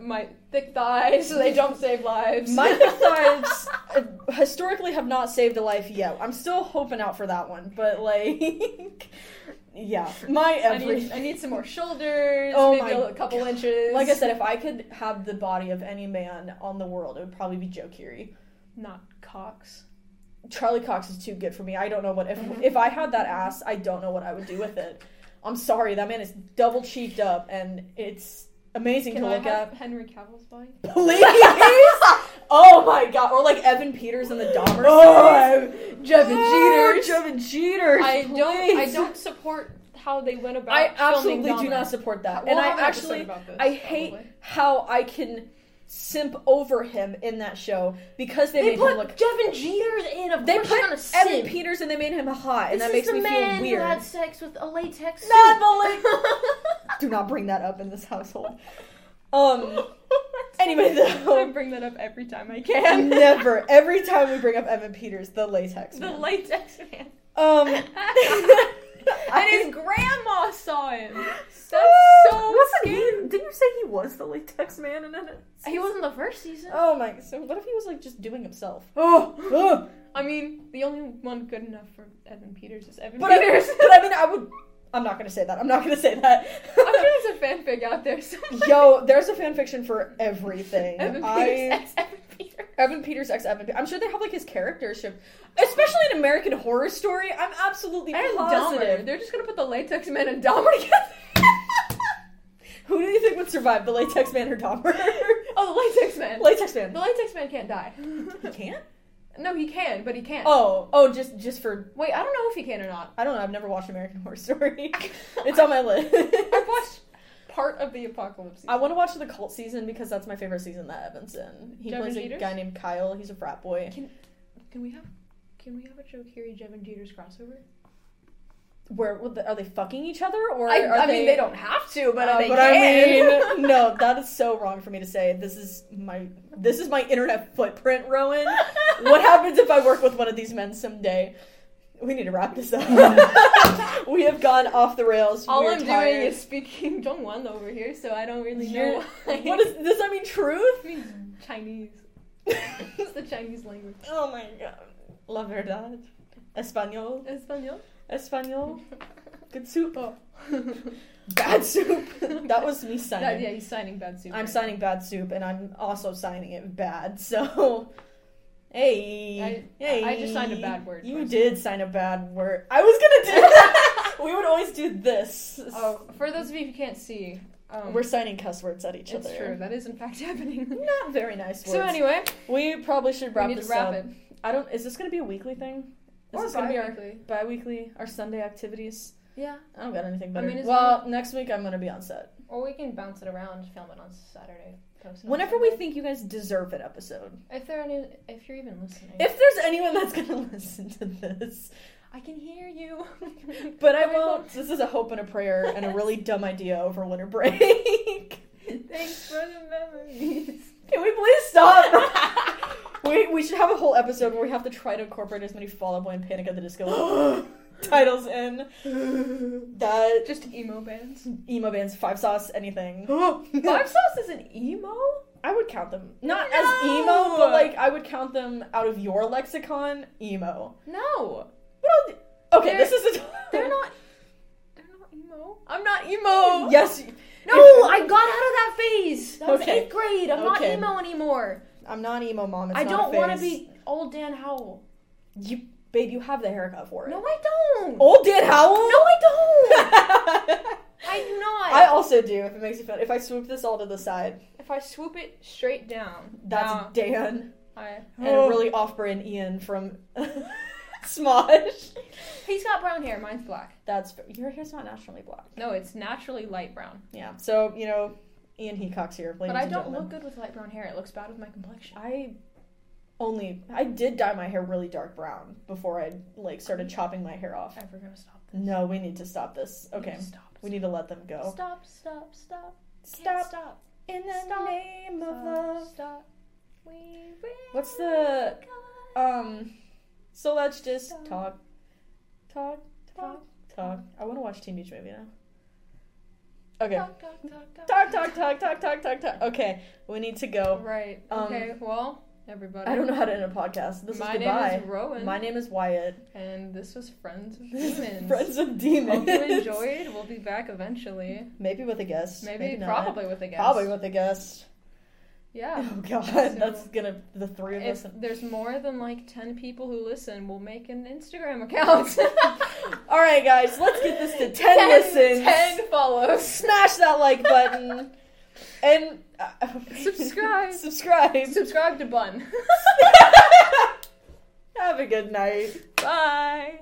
my thick thighs. So they don't save lives.
My thighs uh, historically have not saved a life yet. I'm still hoping out for that one, but like, yeah, my
I need, I
everything.
need some more shoulders.
Oh
maybe
my
a couple inches.
Like I said, if I could have the body of any man on the world, it would probably be Joe Curie.
not cocks.
Charlie Cox is too good for me. I don't know what if
Mm-hmm.
if I had that ass, I don't know what I would do with it. I'm sorry, that man is double cheeked up, and it's amazing
Can
to
I
look
have
at.
Henry Cavill's body?
Please, oh my god, or like Evan Peters in the Dahmer. series.
Jevin
Ooh,
Jeter.
Jevin Oh, Jeter.
I don't. I
please.
don't support how they went about.
I
filming
absolutely do
Dahmer.
not support that.
We'll
and
have
I
an episode
actually,
about this,
I hate
probably.
how I can simp over him in that show because they,
They
made
put
him look.
Jevin Jeters in. Of
They
course
put
you're gonna
Evan
simp.
Peters and they made him hot, and
This
that
is
makes
the
me
man
feel weird.
who had sex with a latex
Not
suit.
Do not bring that up in this household. Um, anyway,
I
though,
bring that up every time I
I
can.
never. Every time we bring up Evan Peters, the latex.
The
man.
latex man.
um,
and his grandma saw him. That's so
Wasn't he-
scary.
Did you say he was the latex man in it?
He wasn't the first season.
Oh my! So what if he was like just doing himself? Oh,
I mean, the only one good enough for Evan Peters is Evan
but I,
Peters.
but I mean, I would. I'm not gonna say that. I'm not gonna say that.
I'm sure there's a fanfic out there somewhere.
Yo, there's a fan fiction for everything.
Evan Peters
I
as Evan Peters.
Evan Peters ex Evan. Pe- I'm sure they have like his character ship, especially in American Horror Story. I'm absolutely
And Dahmer.
positive.
They're just gonna put the latex man and Dahmer together.
Who do you think would survive, the Latex Man or Dahmer?
Oh, the latex man.
latex Man.
the latex man can't die.
He can't.
no, he can, but he can't.
Oh, oh, just just for
Wait, I don't know if he can or not.
I don't know. I've never watched American Horror Story. it's on my list.
I've watched part of the apocalypse.
I want to watch the cult season because that's my favorite season that Evan's in. He
Devin
plays
Peters?
a guy named Kyle. He's a frat boy.
Can we have can we have a Joe Carey Jevin Jeters crossover?
Where what the- are they fucking each other or
I,
are
I mean they don't have to, but
Uh,
uh, they
but
can.
I mean, no, that is so wrong for me to say. This is my this is my internet footprint, Rowan. what happens if I work with one of these men someday? We need to wrap this up. we have gone off the rails.
All
We're
I'm
tired.
doing is speaking Dongwon over here, so I don't really
You're-
know why.
What is does that mean? Truth?
it means Chinese. it's the Chinese language.
oh my god, la verdad, español,
Espanol.
español, good soup,
Oh.
bad soup. that was me signing.
yeah, he's signing bad soup.
I'm
right
signing bad soup, and I'm also signing it bad. So, hey,
I-
hey,
I just signed a bad word
You
first.
did sign a bad word. I was gonna do that. we would always do this.
now. Oh, for those of you who can't see, um,
We're signing cuss words at each
it's
other.
true. That is in fact happening.
Not very nice words.
so anyway,
we probably should
we
wrap
need to
this
wrap
up.
it.
I don't. Is this gonna be a weekly thing? Is
Or
this gonna be our
bi-weekly.
bi-weekly, our Sunday activities?
Yeah.
I don't got anything
I
better.
mean, it's
well, next week I'm gonna be on set.
Or we can bounce it around, film it on Saturday. Post it on
Whenever we
Sunday.
think you guys deserve an episode.
if there are any, if you're even listening,
If there's anyone that's gonna listen to this,
I can hear you,
But I won't. This is a hope and a prayer and a really dumb idea over winter break. Can
Thanks for the memories.
we please stop? we, we should have a whole episode where we have to try to incorporate as many Fall Out Boy and Panic at the Disco titles in. That
Just emo bands.
emo bands, Five Sauce, anything.
Five Sauce is an emo.
I would count them not as
No!
emo, but like I would count them out of your lexicon, emo.
No,
What else- Okay,
They're-
this is a.
they're not. They're not emo. I'm not emo.
Oh, Yes,
No, I got out of that phase. That was
Okay.
eighth grade. I'm not
Okay.
emo anymore.
I'm not emo, mom. It's
I
not a
don't want to
phase.
be old Dan Howell.
You, babe, you have the haircut for it.
No, I don't.
Old Dan Howell?
No, I don't.
I
I do not.
also do. If it makes you feel, if I swoop this all to the side,
if I swoop it straight down,
that's Oh.
Nah,
Dan
I-
and a really off-brand Ian from Smosh.
He's got brown hair. Mine's black.
That's your hair's not naturally black.
No, it's naturally light brown.
Yeah. So you know, Ian Heacock's here. Ladies
but I
and
don't
gentlemen.
look good with light brown hair. It looks bad with my complexion.
I only I did dye my hair really dark brown before I like started chopping my hair off.
Ever gonna stop this?
No, we need to stop this. Okay.
Stop.
We need to let them go.
Stop. Stop. Stop.
Stop,
Can't Stop.
in the
Stop.
name of
Stop.
love.
Stop. We will
What's the
go.
Um, so let's just
Talk.
talk, talk, talk,
Talk.
talk. I want to watch Teen Beach Movie now. Okay.
Talk, talk,
Talk,
talk,
talk, talk, talk, talk, talk, talk. Okay, we need to go.
Right.
Um,
okay. Well, everybody.
I don't know how to end a podcast. This
my
is
name
goodbye.
is Rowan,
My name is Wyatt.
and this was Friends with Demons. Oh,
Friends of
Hope
Demons.
you enjoyed. We'll be back eventually.
Maybe with a guest.
Maybe,
not.
probably with a guest.
Probably with a guest.
Yeah.
Oh god,
So-
that's gonna the three of
If
us.
there's more than like ten people who listen, we'll make an Instagram account.
All right, guys, let's get this to ten,
Ten-
listens.
Ten follows.
Smash that like button and uh,
Subscribe.
subscribe.
Subscribe to Bun.
Have a good night.
Bye.